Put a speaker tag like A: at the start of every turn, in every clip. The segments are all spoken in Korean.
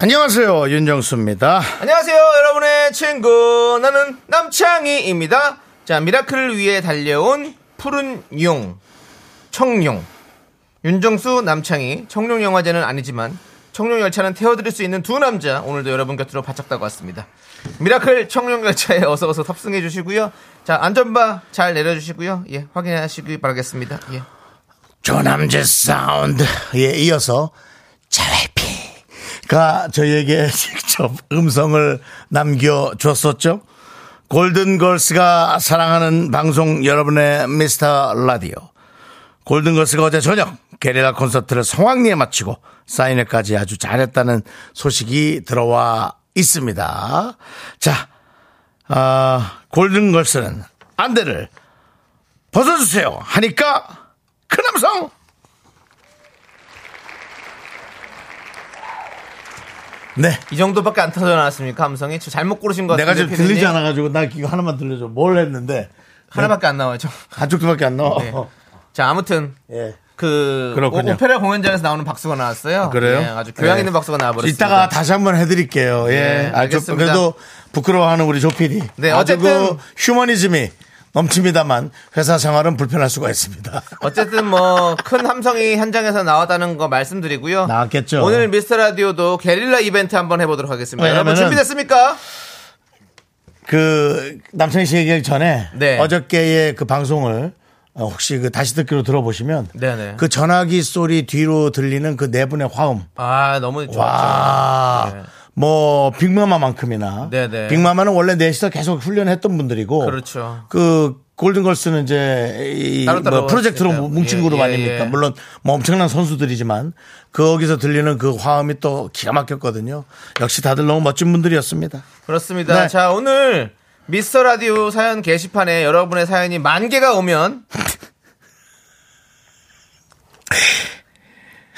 A: 안녕하세요 윤정수입니다.
B: 안녕하세요, 여러분의 친구. 나는 남창희입니다. 자, 미라클을 위해 달려온 푸른 용, 청룡. 윤정수, 남창희, 청룡 영화제는 아니지만, 청룡 열차는 태워드릴 수 있는 두 남자, 오늘도 여러분 곁으로 바짝 다가왔습니다. 미라클 청룡 열차에 어서어서 탑승해 주시고요. 자, 안전바 잘 내려주시고요. 예, 확인하시기 바라겠습니다. 예.
A: 조남재 사운드에 예, 이어서 JYP가 저희에게 직접 음성을 남겨줬었죠. 골든걸스가 사랑하는 방송 여러분의 미스터 라디오. 골든걸스가 어제 저녁 게릴라 콘서트를 성황리에 마치고 사인회까지 아주 잘했다는 소식이 들어와 있습니다. 자, 아, 골든걸스는 안대를 벗어주세요 하니까 큰 함성 네
B: 이 정도밖에 안 터져 나왔습니까, 함성이? 저 잘못 고르신 것 같은데.
A: 내가 지금
B: 피디님?
A: 들리지 않아가지고 나 이거 하나만 들려줘 뭘 했는데
B: 하나밖에 안 나와요, 저.
A: 한쪽도밖에 안 나와
B: 네. 자, 아무튼
A: 예.
B: 그
A: 그렇군요.
B: 오- 오페라 공연장에서 나오는 박수가 나왔어요.
A: 그래요?
B: 예, 아주 교양
A: 예.
B: 있는 박수가 나와버렸습니다.
A: 이따가 다시 한번 해드릴게요. 예,
B: 네,
A: 아, 좀
B: 알겠습니다.
A: 그래도 부끄러워하는 우리 조 PD.
B: 네,
A: 아주
B: 어쨌든-
A: 그 휴머니즘이 넘칩니다만 회사 생활은 불편할 수가 있습니다.
B: 어쨌든 뭐 큰 함성이 현장에서 나왔다는 거 말씀드리고요.
A: 나왔겠죠.
B: 오늘 미스터 라디오도 게릴라 이벤트 한번 해보도록 하겠습니다.
A: 왜냐면은-
B: 여러분 준비됐습니까?
A: 그 남창희 씨 얘기하기 전에
B: 네.
A: 어저께의 그 방송을 어, 혹시 그 다시 듣기로 들어보시면
B: 네네.
A: 그 전화기 소리 뒤로 들리는 그 네 분의 화음
B: 아 너무 좋죠.
A: 와.
B: 네.
A: 뭐 빅마마만큼이나
B: 네네.
A: 빅마마는 원래 넷이서 계속 훈련했던 분들이고
B: 그렇죠.
A: 그 골든걸스는 이제 이
B: 따로따로
A: 뭐 프로젝트로
B: 했으니까.
A: 뭉친
B: 예,
A: 그룹
B: 예,
A: 아닙니까?
B: 예.
A: 물론 뭐 엄청난 선수들이지만 거기서 들리는 그 화음이 또 기가 막혔거든요. 역시 다들 너무 멋진 분들이었습니다.
B: 그렇습니다.
A: 네.
B: 자 오늘 미스터 라디오 사연 게시판에 여러분의 사연이 만 개가 오면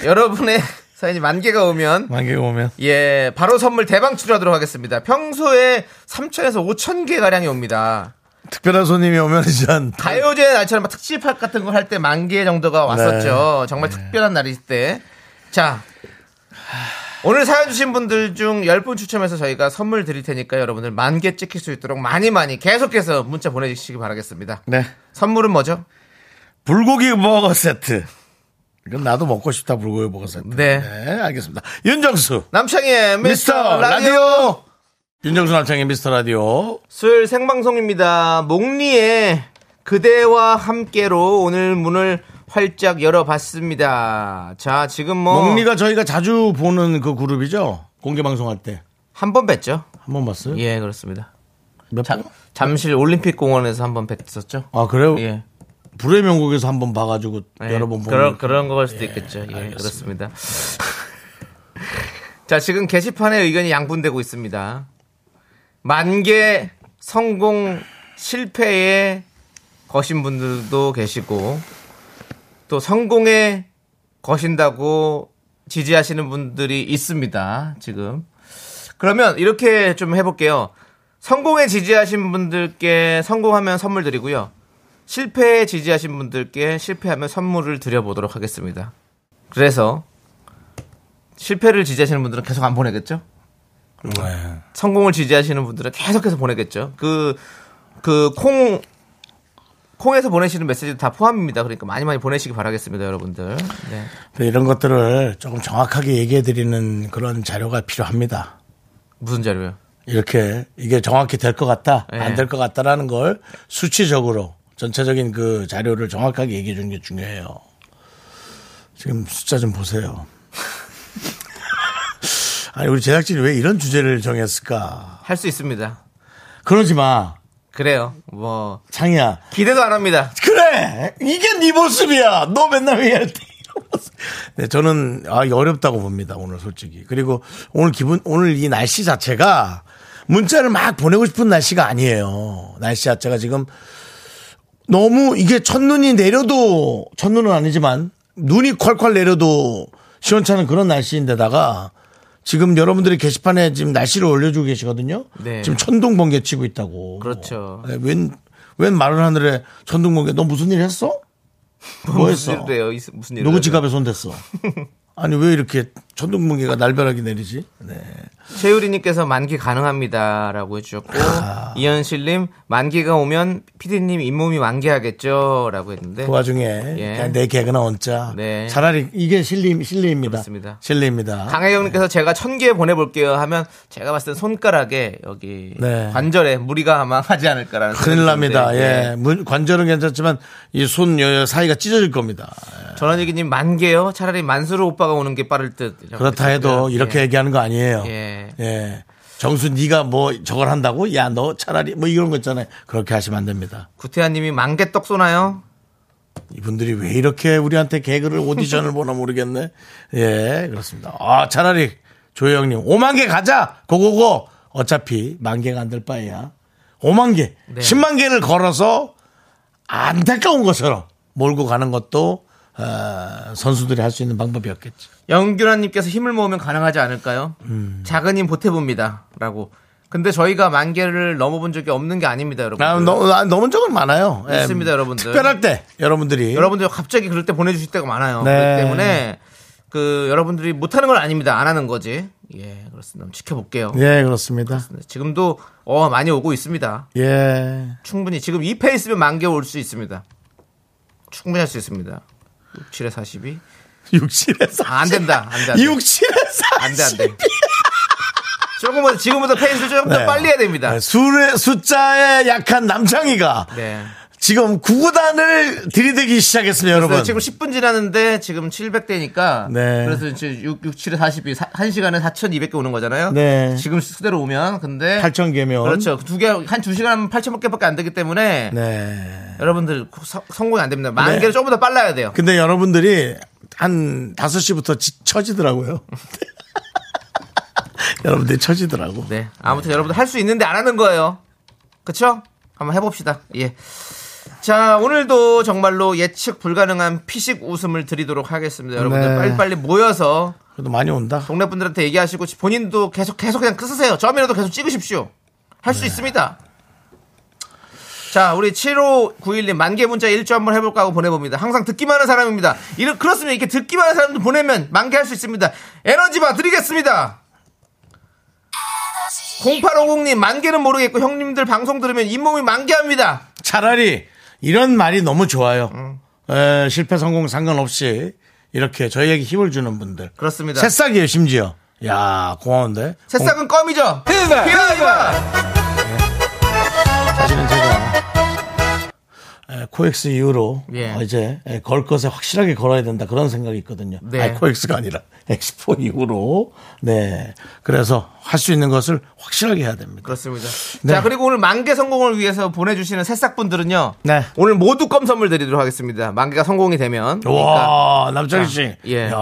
B: 여러분의 사연이 만 개가 오면
A: 만개 오면
B: 예, 바로 선물 대방 출하도록 하겠습니다. 평소에 3천에서 5천 개 가량이 옵니다.
A: 특별한 손님이 오면 이제 한
B: 가요제 날처럼 막 특집 같은 걸 할 때 만 개 정도가 왔었죠. 정말 특별한 날일 때. 자, 오늘 사연 주신 분들 중 10분 추첨해서 저희가 선물 드릴 테니까 여러분들 만 개 찍힐 수 있도록 많이 많이 계속해서 문자 보내주시기 바라겠습니다.
A: 네.
B: 선물은 뭐죠?
A: 불고기 버거 세트. 이건 나도 먹고 싶다 불고기 버거 세트.
B: 네.
A: 알겠습니다. 윤정수
B: 남창희의
A: 미스터
B: 미스터 라디오.
A: 라디오. 윤정수 남창의 미스터 라디오.
B: 수요일 생방송입니다. 목리의 그대와 함께로 오늘 문을 활짝 열어봤습니다. 자, 지금 뭐.
A: 목리가 저희가 자주 보는 그 그룹이죠. 공개 방송할 때.
B: 한 번 뵀죠?
A: 한 번 봤어요?
B: 예, 그렇습니다.
A: 몇
B: 자,
A: 번?
B: 잠실 올림픽공원에서 한 번 뵀었죠?
A: 아, 그래요?
B: 예.
A: 불의 명곡에서 한 번 봐가지고
B: 예.
A: 여러 번 보는.
B: 그런, 그런 거일 수도 있겠죠. 예, 그렇습니다. 자, 지금 게시판에 의견이 양분되고 있습니다. 만개 성공 실패에 거신 분들도 계시고, 또 성공에 거신다고 지지하시는 분들이 있습니다. 지금. 그러면 이렇게 좀 해볼게요. 성공에 지지하신 분들께 성공하면 선물 드리고요. 실패에 지지하신 분들께 실패하면 선물을 드려보도록 하겠습니다. 그래서 실패를 지지하시는 분들은 계속 안 보내겠죠?
A: 네.
B: 성공을 지지하시는 분들은 계속해서 보내겠죠. 그, 그, 콩, 콩에서 보내시는 메시지도 다 포함입니다. 그러니까 많이 많이 보내시기 바라겠습니다, 여러분들. 네.
A: 근데 이런 것들을 조금 정확하게 얘기해드리는 그런 자료가 필요합니다.
B: 무슨 자료요?
A: 이렇게 이게 정확히 될 것 같다,
B: 예.
A: 안 될 것 같다라는 걸 수치적으로 전체적인 그 자료를 정확하게 얘기해 주는 게 중요해요. 지금 숫자 좀 보세요. 아니 우리 제작진이 왜 이런 주제를 정했을까?
B: 할 수 있습니다.
A: 그러지 마,
B: 그래요. 뭐,
A: 창이야.
B: 기대도 안 합니다.
A: 그래 이게 네 모습이야 너 맨날 얘기할 때 이런 모습 네, 저는 아, 이거 어렵다고 봅니다. 오늘 솔직히. 그리고 오늘 기분, 오늘 이 날씨 자체가 문자를 막 보내고 싶은 날씨가 아니에요. 날씨 자체가 지금 너무 이게 첫눈이 내려도 첫눈은 아니지만 눈이 콸콸 내려도 시원찮은 그런 날씨인데다가 지금 여러분들이 게시판에 지금 날씨를 올려주고 계시거든요.
B: 네.
A: 지금 천둥 번개 치고 있다고.
B: 그렇죠.
A: 네, 웬, 웬 마른 하늘에 천둥 번개. 너 무슨 일 했어? 뭐
B: 무슨
A: 했어?
B: 일도 해요? 있- 무슨 일?
A: 누구 지갑에 손댔어? 아니 왜 이렇게 천둥 번개가 날벼락이 내리지? 네.
B: 최유리님께서 만기 가능합니다라고 해주셨고
A: 아.
B: 이현실님 만기가 오면 피디님 잇몸이 만개하겠죠라고 했는데
A: 그 와중에 그냥 내 개그나 언짜.
B: 예. 네.
A: 차라리 이게 실리 실리입니다.
B: 그렇습니다.
A: 실리입니다.
B: 강혜경님께서 제가 천 개 보내볼게요 하면 제가 봤을 때 손가락에 여기
A: 네.
B: 관절에 무리가 아마 하지 않을까라는
A: 큰일
B: 생각이 드는데,
A: 납니다.
B: 네.
A: 예. 문- 관절은 괜찮지만 이 손 여여 사이가 찢어질 겁니다.
B: 아, 예. 전원이기님 만개요. 차라리 만수르 오빠가 오는 게 빠를 듯. 이렇게
A: 그렇다
B: 생각해요.
A: 해도 이렇게
B: 예.
A: 얘기하는 거 아니에요.
B: 예.
A: 예. 정수 네가 뭐 저걸 한다고? 야 너 차라리 뭐 이런 거 있잖아요. 그렇게 하시면 안 됩니다.
B: 구태환님이 만개떡 쏘나요?
A: 이분들이 왜 이렇게 우리한테 개그를 오디션을 보나 모르겠네. 예, 그렇습니다. 아, 차라리 조혜영님 5만 개 가자. 고고고. 어차피 만 개가 안 될 바에야. 5만 개,
B: 네.
A: 10만 개를 걸어서 안타까운 것처럼 몰고 가는 것도 어, 선수들이 할 수 있는 방법이었겠죠.
B: 영규라님께서 힘을 모으면 가능하지 않을까요?
A: 음.
B: 작은 힘 보태봅니다.라고. 근데 저희가 만개를 넘어본 적이 없는 게 아닙니다, 여러분.
A: 나 너, 나 넘은 적은 많아요. 예,
B: 네. 있습니다, 여러분들.
A: 특별할 때 여러분들이
B: 여러분들 갑자기 그럴 때 보내주실 때가 많아요.
A: 네.
B: 그렇기 때문에 그 여러분들이 못하는 건 아닙니다. 안 하는 거지. 예, 그렇습니다. 한번 지켜볼게요. 네,
A: 예, 그렇습니다.
B: 지금도 어 많이 오고 있습니다.
A: 예.
B: 충분히 지금 이 페이스면 만개 올 수 있습니다. 충분히 할 수 있습니다. 6, 7에 42.
A: 67에서
B: 아, 안 된다. 안 돼. 안 돼.
A: 67에서
B: 안 돼, 안 돼. 조금은 지금부터 페이스를 조금 더
A: 네.
B: 빨리 해야 됩니다.
A: 네, 술의 숫자에 약한 남창희가
B: 네.
A: 지금 구구단을 들이대기 시작했습니다, 여러분.
B: 그래서 지금 10분 지났는데 지금 700대니까
A: 네.
B: 그래서 이제 6, 6 7에 42 사, 1시간에 4,200개 오는 거잖아요.
A: 네.
B: 지금 수대로 오면 근데
A: 8,000 개면.
B: 그렇죠. 두 개 한 두 시간 8,000개밖에 안 되기 때문에
A: 네.
B: 여러분들 서- 성공이 안 됩니다. 만
A: 네. 그
B: 개를 조금 더 빨라야 돼요.
A: 근데 여러분들이 한 5시부터 쳐지더라고요. 여러분들이 쳐지더라고.
B: 네. 아무튼 여러분들 할 수 있는데 안 하는 거예요. 그쵸? 한번 해봅시다. 예. 자, 오늘도 정말로 예측 불가능한 피식 웃음을 드리도록 하겠습니다. 여러분들
A: 네.
B: 빨리빨리 모여서
A: 그래도 많이 온다.
B: 동네 분들한테 얘기하시고 본인도 계속 계속 그냥 쓰세요. 점이라도 계속 찍으십시오. 할 수 있습니다. 자, 우리 7591님 만개 문자 1조 한번 해볼까 하고 보내봅니다. 항상 듣기만 하는 사람입니다. 이런, 그렇습니다. 이렇게 듣기만 하는 사람들 보내면 만개 할 수 있습니다. 에너지바 드리겠습니다. 0850님 만개는 모르겠고 형님들 방송 들으면 잇몸이 만개합니다.
A: 차라리 이런 말이 너무 좋아요.
B: 음.
A: 에, 실패 성공 상관없이 이렇게 저희에게 힘을 주는 분들.
B: 그렇습니다.
A: 새싹이에요, 심지어. 야, 고마운데.
B: 새싹은 껌이죠. 휘바 휘바.
A: 사실은 제가 에, 코엑스 이후로
B: 예.
A: 어, 이제 에, 걸 것에 확실하게 걸어야 된다 그런 생각이 있거든요.
B: 네.
A: 아니, 코엑스가 아니라 엑스포 이후로 네 그래서 할 수 있는 것을 확실하게 해야 됩니다.
B: 그렇습니다.
A: 네.
B: 자, 그리고 오늘 만개 성공을 위해서 보내주시는 새싹분들은요.
A: 네.
B: 오늘 모두 껌 선물 드리도록 하겠습니다. 만개가 성공이 되면. 그러니까
A: 와 남창희 씨,
B: 예.
A: 야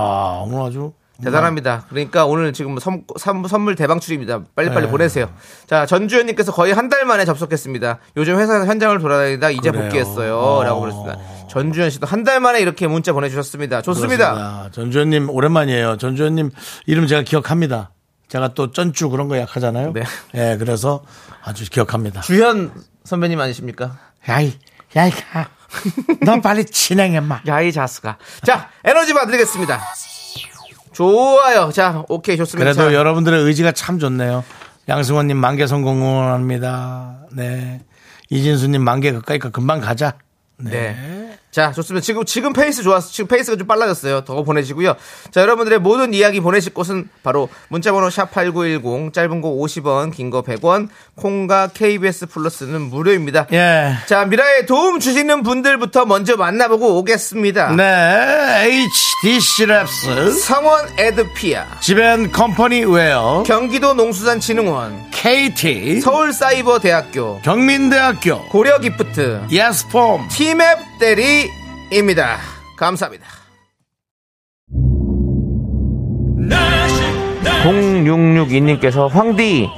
A: 오늘 아주
B: 네. 대단합니다. 그러니까 오늘 지금 선, 물 대방출입니다. 빨리빨리 보내세요. 자, 전주현님께서 거의 한 달 만에 접속했습니다. 요즘 회사 현장을 돌아다니다 이제
A: 그래요.
B: 복귀했어요. 아.
A: 어.
B: 라고 그랬습니다. 전주현 씨도 한 달 만에 이렇게 문자 보내주셨습니다. 좋습니다.
A: 그렇습니다. 전주현님 오랜만이에요. 전주현님 이름 제가 기억합니다. 제가 또 쩐쭈 그런 거 약하잖아요.
B: 네.
A: 예, 그래서 아주 기억합니다.
B: 주현 선배님 아니십니까?
A: 야이, 야이, 가. 넌 빨리 진행해, 마.
B: 야이 자스가. 자, 에너지 받드리겠습니다. 좋아요. 자, 오케이, 좋습니다.
A: 그래도
B: 자,
A: 여러분들의 의지가 참 좋네요. 양승원님 만개 성공 응원합니다. 네. 이진수님 만개 가까이까 금방 가자.
B: 네. 자, 좋습니다. 지금, 지금 페이스 좋았어. 지금 페이스가 좀 빨라졌어요. 더 보내시고요. 자, 여러분들의 모든 이야기 보내실 곳은 바로 문자번호 샵8910, 짧은 거 50원, 긴 거 100원, 콩과 KBS 플러스는 무료입니다.
A: 예.
B: 자, 미라에 도움 주시는 분들부터 먼저 만나보고 오겠습니다.
A: 네. HDC 랩스.
B: 성원 에드피아,
A: 지벤 컴퍼니 웨어.
B: 경기도 농수산진흥원,
A: KT.
B: 서울사이버대학교,
A: 경민대학교.
B: 고려기프트,
A: 예스폼.
B: 티맵 대리입니다. 감사합니다.
C: 0662님께서 황디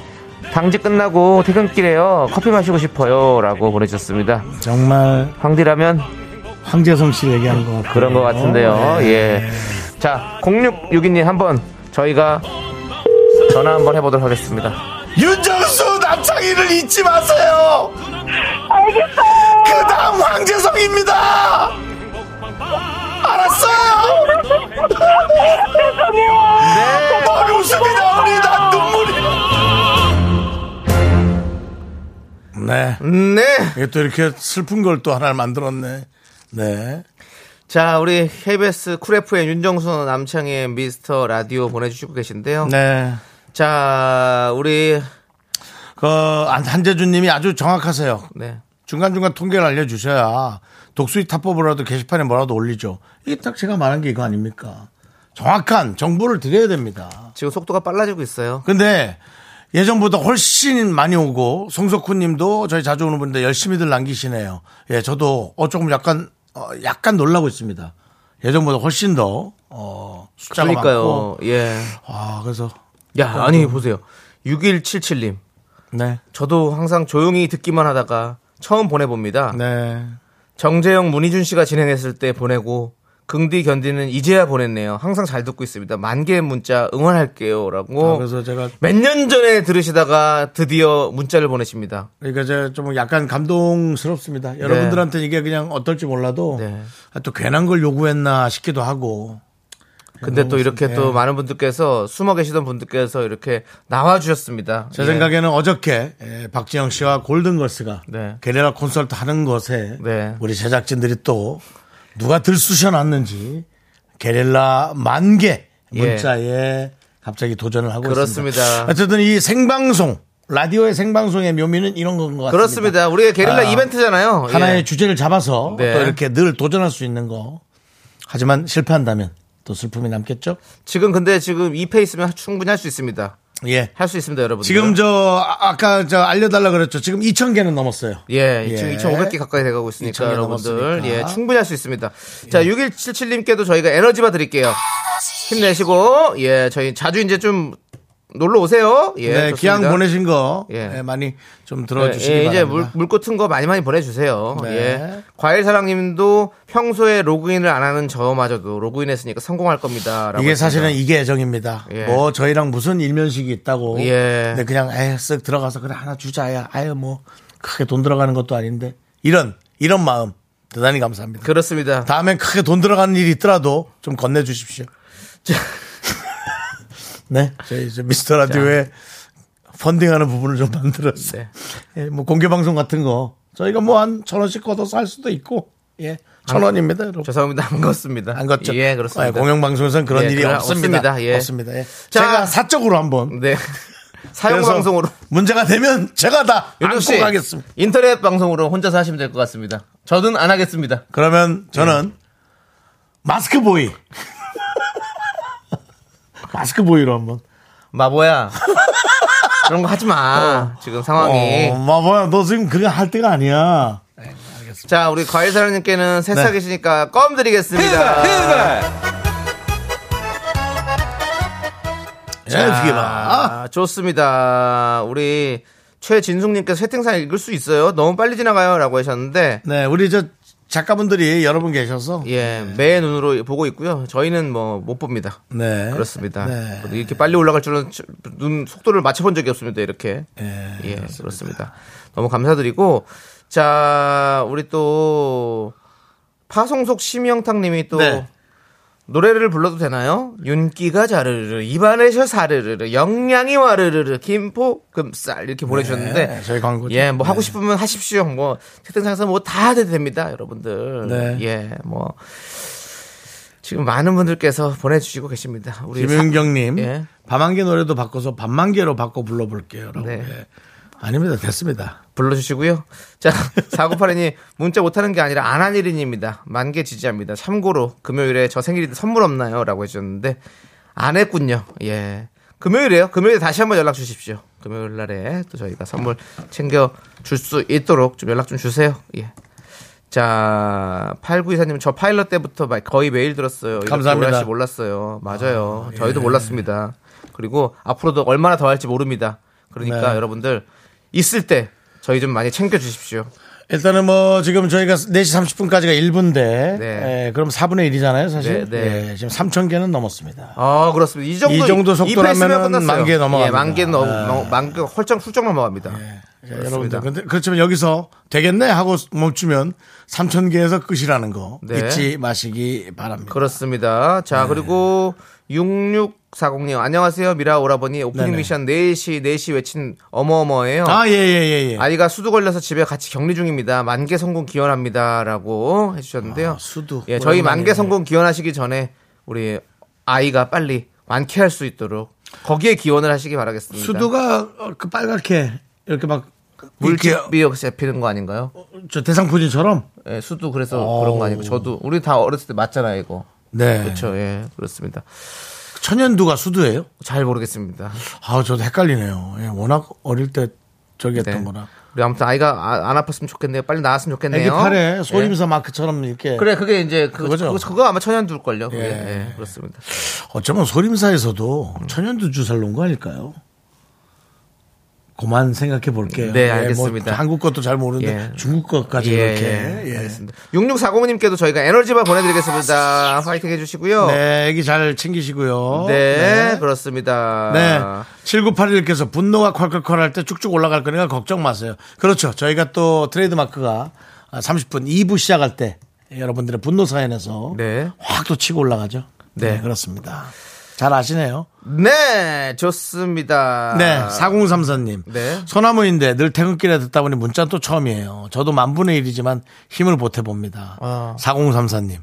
C: 당직 끝나고 퇴근길에요 커피 마시고 싶어요라고 보내주셨습니다.
A: 정말
C: 황디라면
A: 황재성 씨 얘기하는 것 같아요.
C: 그런 것 같은데요. 예. 자, 0662님 한번 저희가 전화 한번 해보도록 하겠습니다.
A: 윤정수 남창희를 잊지 마세요. 알겠어요. 그 다음 황재성입니다. 알았어요. 죄송해요. 뭘 어, 웃음이 나오니 난 눈물이. 네.
B: 네.
A: 이게 또 이렇게 슬픈 걸 또 하나를 만들었네. 네.
B: 자, 우리 KBS 쿨F의 윤정수 남창의 미스터 라디오 보내주시고 계신데요.
A: 네.
B: 자, 우리,
A: 그, 안- 한재준 님이 아주 정확하세요.
B: 네.
A: 중간중간 통계를 알려주셔야 독수리 탑법으로라도 게시판에 뭐라도 올리죠. 이게 딱 제가 말한 게 이거 아닙니까? 정확한 정보를 드려야 됩니다.
B: 지금 속도가 빨라지고 있어요.
A: 근데 예전보다 훨씬 많이 오고 송석훈 님도 저희 자주 오는 분인데 열심히들 남기시네요. 예, 저도 어, 조금 약간, 어, 약간 놀라고 있습니다. 예전보다 훨씬 더, 어, 숫자가 많고.
B: 그러니까요. 예.
A: 아, 그래서,
B: 야, 아니, 보세요. 6177님.
A: 네.
B: 저도 항상 조용히 듣기만 하다가 처음 보내봅니다.
A: 네.
B: 정재영, 문희준 씨가 진행했을 때 보내고, 긍디 견디는 이제야 보냈네요. 항상 잘 듣고 있습니다. 만개 문자 응원할게요.
A: 아,
B: 라고.
A: 그래서 제가
B: 몇 년 전에 들으시다가 드디어 문자를 보내십니다.
A: 그러니까 제가 좀 약간 감동스럽습니다. 여러분들한테 이게 그냥 어떨지 몰라도
B: 네.
A: 아, 또 괜한 걸 요구했나 싶기도 하고.
B: 근데 또 이렇게 또 많은 분들께서 숨어 계시던 분들께서 이렇게 나와 주셨습니다.
A: 제 생각에는 어저께 예, 박지영 씨와 골든걸스가
B: 네.
A: 게레라 콘서트 하는 것에
B: 네.
A: 우리 제작진들이 또 누가 들쑤셔놨는지 게렐라 만개 문자에 갑자기 도전을 하고
B: 예. 그렇습니다.
A: 있습니다. 어쨌든 이 생방송 라디오의 생방송의 묘미는 이런 건 것 같습니다.
B: 예. 그렇습니다. 우리가 게릴라
A: 아,
B: 이벤트잖아요. 예.
A: 하나의 주제를 잡아서
B: 네.
A: 또 이렇게 늘 도전할 수 있는 거. 하지만 실패한다면 또 슬픔이 남겠죠?
B: 지금 근데 지금 이 페이스면 충분히 할 수 있습니다.
A: 예.
B: 할 수 있습니다, 여러분.
A: 지금 저 아- 아까 저 알려달라 그랬죠. 지금 2,000개는 넘었어요.
B: 예,
A: 예.
B: 지금 2,500개 가까이 돼가고 있으니까
A: 2,000개
B: 여러분들
A: 넘었으니까. 예.
B: 예 충분히 할 수 있습니다. 자, 6177님께도 저희가 에너지바 드릴게요. 힘내시고 예 저희 자주 이제 좀 놀러 오세요. 예,
A: 네,
B: 좋습니다.
A: 기왕 보내신 거
B: 예.
A: 예, 많이 좀
B: 예,
A: 들어주시기
B: 예, 이제 물,
A: 바랍니다.
B: 물꽃 튼거 많이 많이 보내주세요.
A: 네.
B: 예. 과일사랑님도 평소에 로그인을 안 하는 저마저도 로그인했으니까 성공할 겁니다. 라고
A: 이게
B: 했습니다.
A: 사실은 이게 애정입니다.
B: 예.
A: 뭐 저희랑 무슨 일면식이 있다고.
B: 예.
A: 근데 그냥 에이 쓱 들어가서 그래 하나 주자야. 아유 뭐 크게 돈 들어가는 것도 아닌데 이런 이런 마음 대단히 감사합니다.
B: 그렇습니다.
A: 다음엔 크게 돈 들어가는 일이 있더라도 좀 건네 주십시오. 네, 저희 이제 미스터 라디오에 펀딩하는 부분을 좀 만들었어요.
B: 네.
A: 예, 뭐 공개 방송 같은 거 저희가 뭐 한 천 원씩 걷어서 할 수도 있고, 예, 천 원입니다, 여러분.
B: 아, 죄송합니다. 안 걷습니다.
A: 안 걷죠? 아,
B: 예, 그렇습니다.
A: 공영 방송에서는 그런
B: 예,
A: 일이
B: 그런-
A: 없습니다.
B: 없습니다.
A: 없습니다.
B: 예.
A: 예.
B: 자.
A: 제가 사적으로 한번
B: 네. 사용
A: 그래서
B: 방송으로.
A: 문제가 되면 제가 다 안고
B: 윤정 씨,
A: 가겠습니다.
B: 인터넷 방송으로 혼자서 하시면 될 것 같습니다. 저는 안 하겠습니다.
A: 그러면 저는 예. 마스크 보이. 마스크 보이로 한번.
B: 마보야. 그런 거 하지 마. 지금 상황이.
A: 어, 마 뭐야, 너 지금 그거 할 때가 아니야.
B: 자, 우리 과일사장님께는
A: 네.
B: 새싹이시니까 껌 드리겠습니다.
A: 예, 어떻게 봐.
B: 아, 좋습니다. 우리 최진숙님께서 채팅창 읽을 수 있어요. 너무 빨리 지나가요. 라고 하셨는데,
A: 네, 우리 저 작가분들이 여러분 계셔서.
B: 예, 매의 눈으로 보고 있고요. 저희는 뭐, 못 봅니다.
A: 네.
B: 그렇습니다.
A: 네.
B: 이렇게 빨리 올라갈 줄은 저- 눈 속도를 맞춰본 적이 없습니다. 이렇게. 예,
A: 네.
B: 그렇습니다. 너무 감사드리고 자 우리 또 파송속 심영탁님이 또
A: 네.
B: 노래를 불러도 되나요? 윤기가 자르르 입안에서 사르르르 영양이 와르르르 김포 금쌀 이렇게 보내주셨는데
A: 네, 저희 광고죠.
B: 예, 뭐 하고 싶으면 하십시오. 뭐 채팅창에서 뭐 다 해도 됩니다, 여러분들.
A: 네.
B: 예, 뭐 지금 많은 분들께서 보내주시고 계십니다. 우리
A: 김윤경님.
B: 사- 예.
A: 밤한개 노래도 바꿔서 밤만개로 바꿔 불러볼게요. 라고.
B: 네.
A: 예. 아닙니다. 됐습니다.
B: 불러주시고요. 자, 4982님, 문자 못하는 게 아니라 안 한 일인입니다. 만개 지지합니다. 참고로, 금요일에 저 생일인데 선물 없나요? 라고 해주셨는데, 안 했군요. 예. 금요일에요? 금요일에 다시 한번 연락 주십시오. 금요일 날에 또 저희가 선물 챙겨줄 수 있도록 좀 연락 좀 주세요. 예. 자, 8924님, 저 파일럿 때부터 막 거의 매일 들었어요. 이렇게
A: 감사합니다. 아, 예.
B: 오래 할지 몰랐어요. 맞아요. 저희도 몰랐습니다. 그리고 앞으로도 얼마나 더 할지 모릅니다. 그러니까
A: 네.
B: 여러분들 있을 때 저희 좀 많이 챙겨 주십시오.
A: 일단은 뭐 지금 저희가 4시 30분까지가 1분인데 예,
B: 네.
A: 그럼 4분의 1이잖아요 사실.
B: 네, 네.
A: 예, 지금 3천 개는 넘었습니다.
B: 아 그렇습니다. 이 정도
A: 이 정도
B: 이
A: 속도라면은
B: 페이스면 끝났어요.
A: 만개 넘어갑니다.
B: 예, 만개 넘,
A: 네.
B: 넘- 만개 헐쩍 훌쩍 넘어갑니다.
A: 예, 여러분들 근데 그렇지만 여기서 되겠네 하고 멈추면 3천 개에서 끝이라는 거
B: 네.
A: 잊지 마시기 바랍니다.
B: 그렇습니다. 자
A: 네.
B: 그리고 6640님 안녕하세요 미라 오라버니 오프닝
A: 네네.
B: 미션 4시 4시 외친 어머어머예요.
A: 아 예 예 예 예.
B: 아이가 수두 걸려서 집에 같이 격리 중입니다. 만개 성공 기원합니다라고 해주셨는데요.
A: 아, 수두.
B: 예, 저희
A: 오랜만이네.
B: 만개 성공 기원하시기 전에 우리 아이가 빨리 완쾌할 수 있도록 거기에 기원을 하시기 바라겠습니다.
A: 수도가 어, 그 빨갛게 이렇게 막 이렇게
B: 물집이 없이 잡히는 거 아닌가요?
A: 저 대상포진처럼.
B: 예, 수도 그래서
A: 어우.
B: 그런 거 아니고 저도 우리 다 어렸을 때 맞잖아요 이거.
A: 네.
B: 그렇죠, 예, 그렇습니다.
A: 천연두가 수도예요?
B: 잘 모르겠습니다.
A: 아 저도 헷갈리네요. 예, 워낙 어릴 때 저기 했던
B: 네.
A: 거라.
B: 우리 아무튼 아이가 아- 안 아팠으면 좋겠네요. 빨리 나았으면 좋겠네요.
A: 애기 아, 팔에
B: 예.
A: 소림사 마크처럼 이렇게
B: 그래, 그게 이제 그,
A: 그거죠.
B: 그거, 그거 아마 천연둘 걸요. 예.
A: 예.
B: 예, 그렇습니다.
A: 어쩌면 소림사에서도 천연두 주사를 놓은 거 아닐까요? 그만 생각해 볼게요.
B: 네,
A: 예, 뭐
B: 알겠습니다.
A: 한국 것도 잘 모르는데
B: 예. 네.
A: 중국 것까지 이렇게. 예.
B: 알겠습니다. 6640님께도 저희가 에너지바 보내드리겠습니다. 파이팅 해주시고요. 네.
A: 네, 애기 잘 챙기시고요.
B: 그렇습니다.
A: 네. 7981께서 분노가 콸콸콸 할 때 쭉쭉 올라갈 거니까 걱정 마세요. 그렇죠. 저희가 또 트레이드마크가 30분 2부 시작할 때 여러분들의 분노 사연에서
B: 네.
A: 확 또 치고 올라가죠.
B: 네.
A: 네, 그렇습니다. 잘 아시네요.
B: 네, 좋습니다.
A: 네, 4034님.
B: 아. 네.
A: 소나무인데 늘 퇴근길에 듣다 보니 문자는 또 처음이에요. 저도 만분의 1이지만 힘을 보태봅니다.
B: 아.
A: 4034님.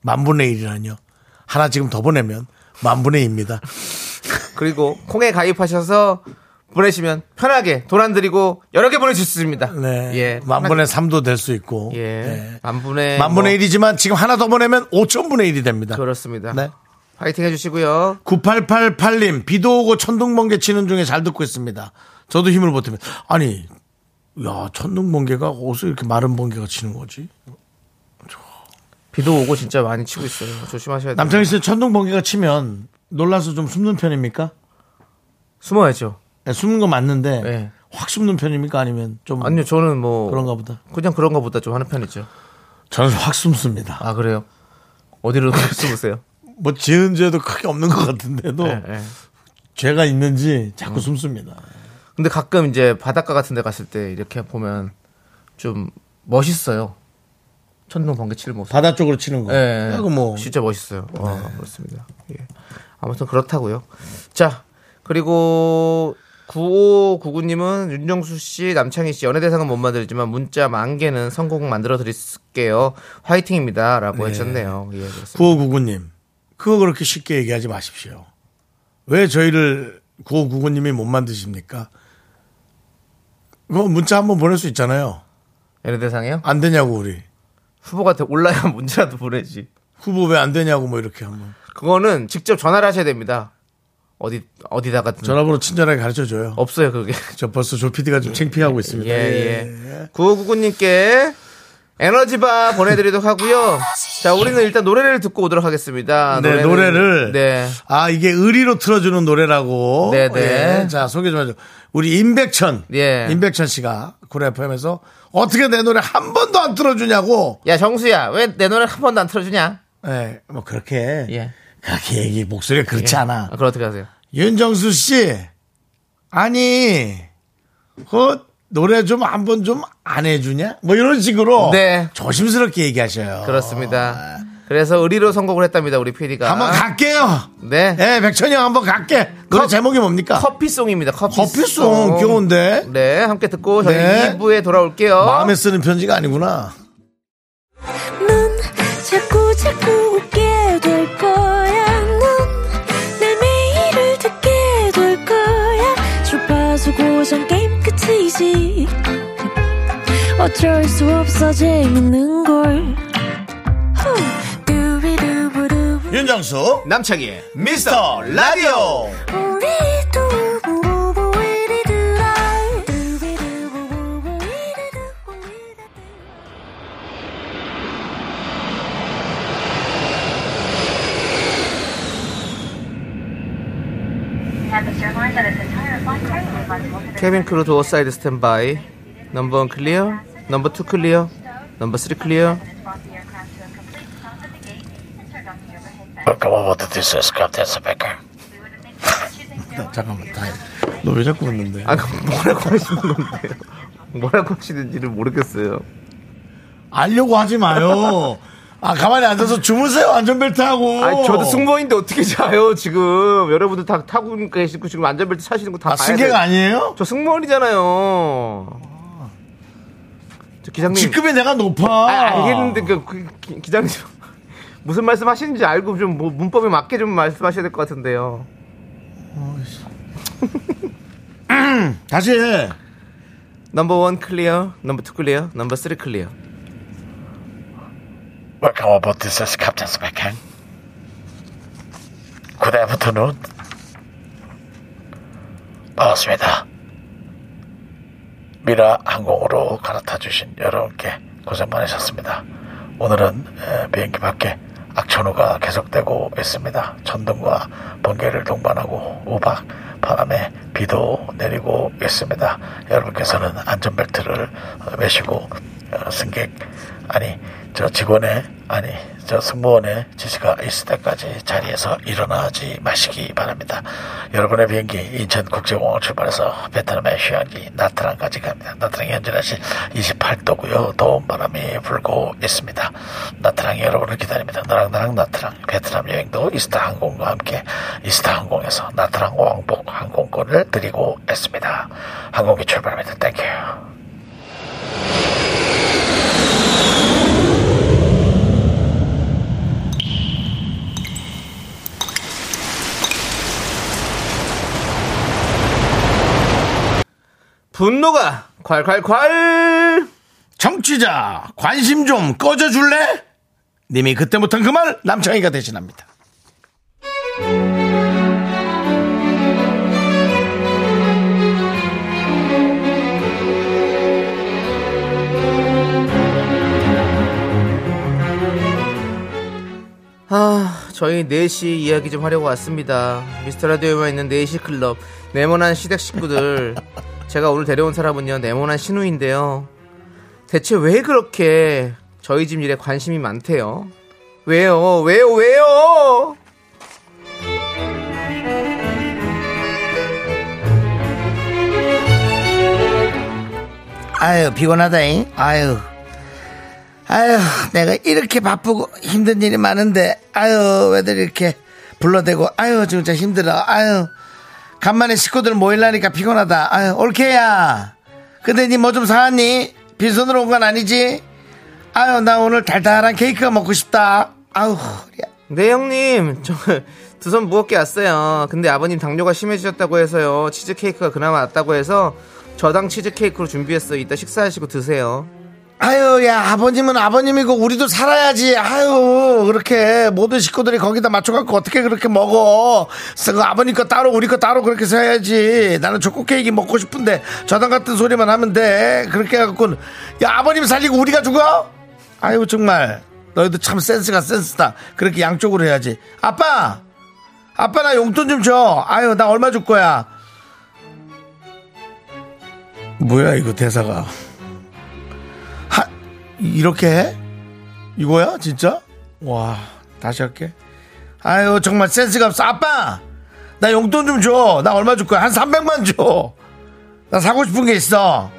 A: 만분의 1이라뇨. 하나 지금 더 보내면 만분의 2입니다.
B: 그리고 콩에 가입하셔서 보내시면 편하게 도란 드리고 여러 개 보내줄 수 있습니다.
A: 네.
B: 예.
A: 만분의 3도 될 수 있고.
B: 예.
A: 네.
B: 만분의
A: 만분의
B: 뭐-
A: 1이지만 지금 하나 더 보내면 5천분의 1이 됩니다.
B: 그렇습니다.
A: 네.
B: 파이팅 해주시고요.
A: 9888님, 비도 오고 천둥번개 치는 중에 잘 듣고 있습니다. 저도 힘을 보태면. 아니, 야, 천둥번개가 어디서 이렇게 마른 번개가 치는 거지?
B: 비도 오고 진짜 많이 치고 있어요. 조심하셔야 돼요.
A: 남창희 씨 천둥번개가 치면 놀라서 좀 숨는 편입니까?
B: 숨어야죠.
A: 네, 숨는 거 맞는데
B: 네.
A: 확 숨는 편입니까? 예. 아니면 좀
B: 아니요, 저는 뭐
A: 음. 그런가 보다.
B: 그냥 그런가 보다 좀 하는 편이죠.
A: 저는 확 숨습니다.
B: 아 그래요? 어디로 숨으세요?
A: 뭐 지은 죄도 크게 없는 것 같은데도
B: 예, 예.
A: 죄가 있는지 자꾸 숨습니다.
B: 근데 가끔 이제 바닷가 같은 데 갔을 때 이렇게 보면 좀 멋있어요. 천둥 번개 치는 모습.
A: 바다 쪽으로 치는 거.
B: 예, 예.
A: 그거 뭐
B: 진짜 멋있어요. 와, 그렇습니다. 예. 아무튼 그렇다고요. 자, 그리고 9599님은 윤정수 씨, 남창희 씨 연애 대상은 못 만들지만 문자 만 개는 성공 만들어 드릴게요. 화이팅입니다라고 하셨네요. 예, 그렇습니다.
A: 9599님. 그거 그렇게 쉽게 얘기하지 마십시오. 왜 저희를 9599님이 못 만드십니까? 그거 문자 한번 보낼 수 있잖아요.
B: 연애 대상이요?
A: 안 되냐고 우리.
B: 후보가 돼- 올라야 문자라도 보내지.
A: 후보 왜 안 되냐고 뭐 이렇게 한번.
B: 그거는 직접 전화를 하셔야 됩니다. 어디 어디다가
A: 전화번호 친절하게 가르쳐 줘요.
B: 없어요 그게.
A: 저 벌써 조 PD가 좀 창피하고 있습니다.
B: 예예. 구호구구님께 에너지바 보내드리도록 하고요. 자 우리는 일단 노래를 듣고 오도록 하겠습니다.
A: 네,
B: 아, 노래는-
A: 노래를.
B: 네.
A: 아, 이게 의리로 틀어주는 노래라고.
B: 네, 네.
A: 예, 자, 소개 좀 해줘. 우리 임백천.
B: 예.
A: 임백천 씨가 쿨 FM에서 어떻게 내 노래 한 번도 안 틀어주냐고.
B: 야 정수야 왜 내 노래 한 번도 안 틀어주냐?
A: 예, 뭐 그렇게.
B: 예.
A: 그렇게 얘기, 목소리가 그렇지 않아.
B: 아, 그럼 어떻게 하세요?
A: 윤정수 씨. 아니, 그 노래 좀 한 번 좀 안 해주냐? 뭐 이런 식으로.
B: 네.
A: 조심스럽게 얘기하셔요.
B: 그렇습니다. 그래서 의리로 선곡을 했답니다 우리 PD가.
A: 어. 한번 갈게요.
B: 네.
A: 예, 백천이 형 한번 갈게. 노래
B: 컵-
A: 제목이 뭡니까?
B: 커피송입니다. 커피송.
A: 커피송 귀여운데?
B: 네, 함께 듣고 저희
A: 네.
B: 2부에 돌아올게요.
A: 마음에 쓰는 편지가 아니구나.
D: 넌 자꾸 자꾸 웃게 될 거야. 넌내 매일을 듣게 될 거야. 주파수 고정 게임 끝이지. 어쩔 수 없어 재밌는 걸. 후. 두비두부두부.
A: 윤정수
B: 남창희의 미스터 라디오
D: 우리 두부부부 우리들아. 두비두부부부 우리들아. 우리들아.
E: 넌
B: 케빈 크루 도어 사이드 스탠바이 넘버 1 클리어 넘버 2 클리어 넘버 3 클리어
A: 잠깐만, 다. 너왜 자꾸 웃는데?
B: 아 그럼 뭐라고 하시는 건데요 뭐라고 하시는지를 모르겠어요
A: 알려고 하지 마요. 아, 가만히 앉아서 주무세요, 안전벨트 하고.
B: 아 저도 승무원인데 어떻게 자요 지금 여러분들 다 타고 계시고 지금 안전벨트 차시는 거 다
A: 아,
B: 봐야
A: 승객
B: 돼요.
A: 아니에요?
B: 저 승무원이잖아요 저 기장님
A: 직급이 내가 높아.
B: 아, 알겠는데 그, 그 기- 기장님 무슨 말씀 하시는지 알고 좀 뭐 문법에 맞게 좀 말씀하셔야 될 것 같은데요
A: 다시 해.
B: 넘버 원 클리어, 넘버 투 클리어, 넘버 쓰리 클리어.
E: Welcome aboard this is Captain speaking. Good afternoon. 반갑습니다. 미라 항공으로 갈아타 주신 여러분께 고생 많으셨습니다. 오늘은 에, 비행기 밖에 악천후가 계속되고 있습니다. 천둥과 번개를 동반하고 우박, 바람에 비도 내리고 있습니다. 여러분께서는 안전벨트를 어, 매시고 어, 승객 아니 저 직원의 아니 저 승무원의 지시가 있을 때까지 자리에서 일어나지 마시기 바랍니다. 여러분의 비행기 인천국제공항 출발해서 베트남의 휴양지 나트랑까지 갑니다. 나트랑 현재 날씨 28도고요. 더운 바람이 불고 있습니다. 나트랑이 여러분을 기다립니다. 나랑 나랑 나트랑 베트남 여행도 이스타 항공과 함께 이스타 항공에서 나트랑 왕복 항공권을 드리고 있습니다. 항공기 출발합니다. 땡큐.
B: 분노가 콸콸콸!
A: 정취자, 관심 좀 꺼져줄래? 님이 그때 못한 그 말 남창희가 대신합니다.
B: 아, 저희 4시 이야기 좀 하려고 왔습니다. 미스터 라디오에만 있는 4시 클럽, 네모난 시댁 식구들. 제가 오늘 데려온 사람은요, 네모난 신우인데요. 대체 왜 그렇게 저희 집 일에 관심이 많대요? 왜요? 왜요? 왜요?
A: 아유, 피곤하다잉. 아유. 아유, 내가 이렇게 바쁘고 힘든 일이 많은데, 아유, 왜들 이렇게 불러대고, 아유, 진짜 힘들어. 아유, 간만에 식구들 모일라니까 피곤하다. 아유, 올케야. 근데 니 뭐 좀 사왔니? 빈손으로 온 건 아니지? 아유, 나 오늘 달달한 케이크가 먹고 싶다. 아우, 허리야.
B: 네 형님 저 두 손 무겁게 왔어요 근데 아버님 당뇨가 심해지셨다고 해서요 치즈케이크가 그나마 낫다고 해서 저당 치즈케이크로 준비했어요 이따 식사하시고 드세요
A: 아유, 야, 아버님은 아버님이고, 우리도 살아야지. 아유, 그렇게, 모든 식구들이 거기다 맞춰갖고, 어떻게 그렇게 먹어. 그 아버님 거 따로, 우리 거 따로 그렇게 사야지. 나는 초코케이크 먹고 싶은데, 저당 같은 소리만 하면 돼. 그렇게 해갖고는, 야, 아버님 살리고 우리가 죽어? 아유, 정말. 너희도 참 센스가 센스다. 그렇게 양쪽으로 해야지. 아빠! 아빠, 나 용돈 좀 줘. 아유, 나 얼마 줄 거야. 뭐야, 이거 대사가. 하, 이렇게 해? 이거야? 진짜? 와, 다시 할게. 아유, 정말 센스가 없어. 아빠! 나 용돈 좀 줘. 나 얼마 줄 거야? 한 300만 줘. 나 사고 싶은 게 있어.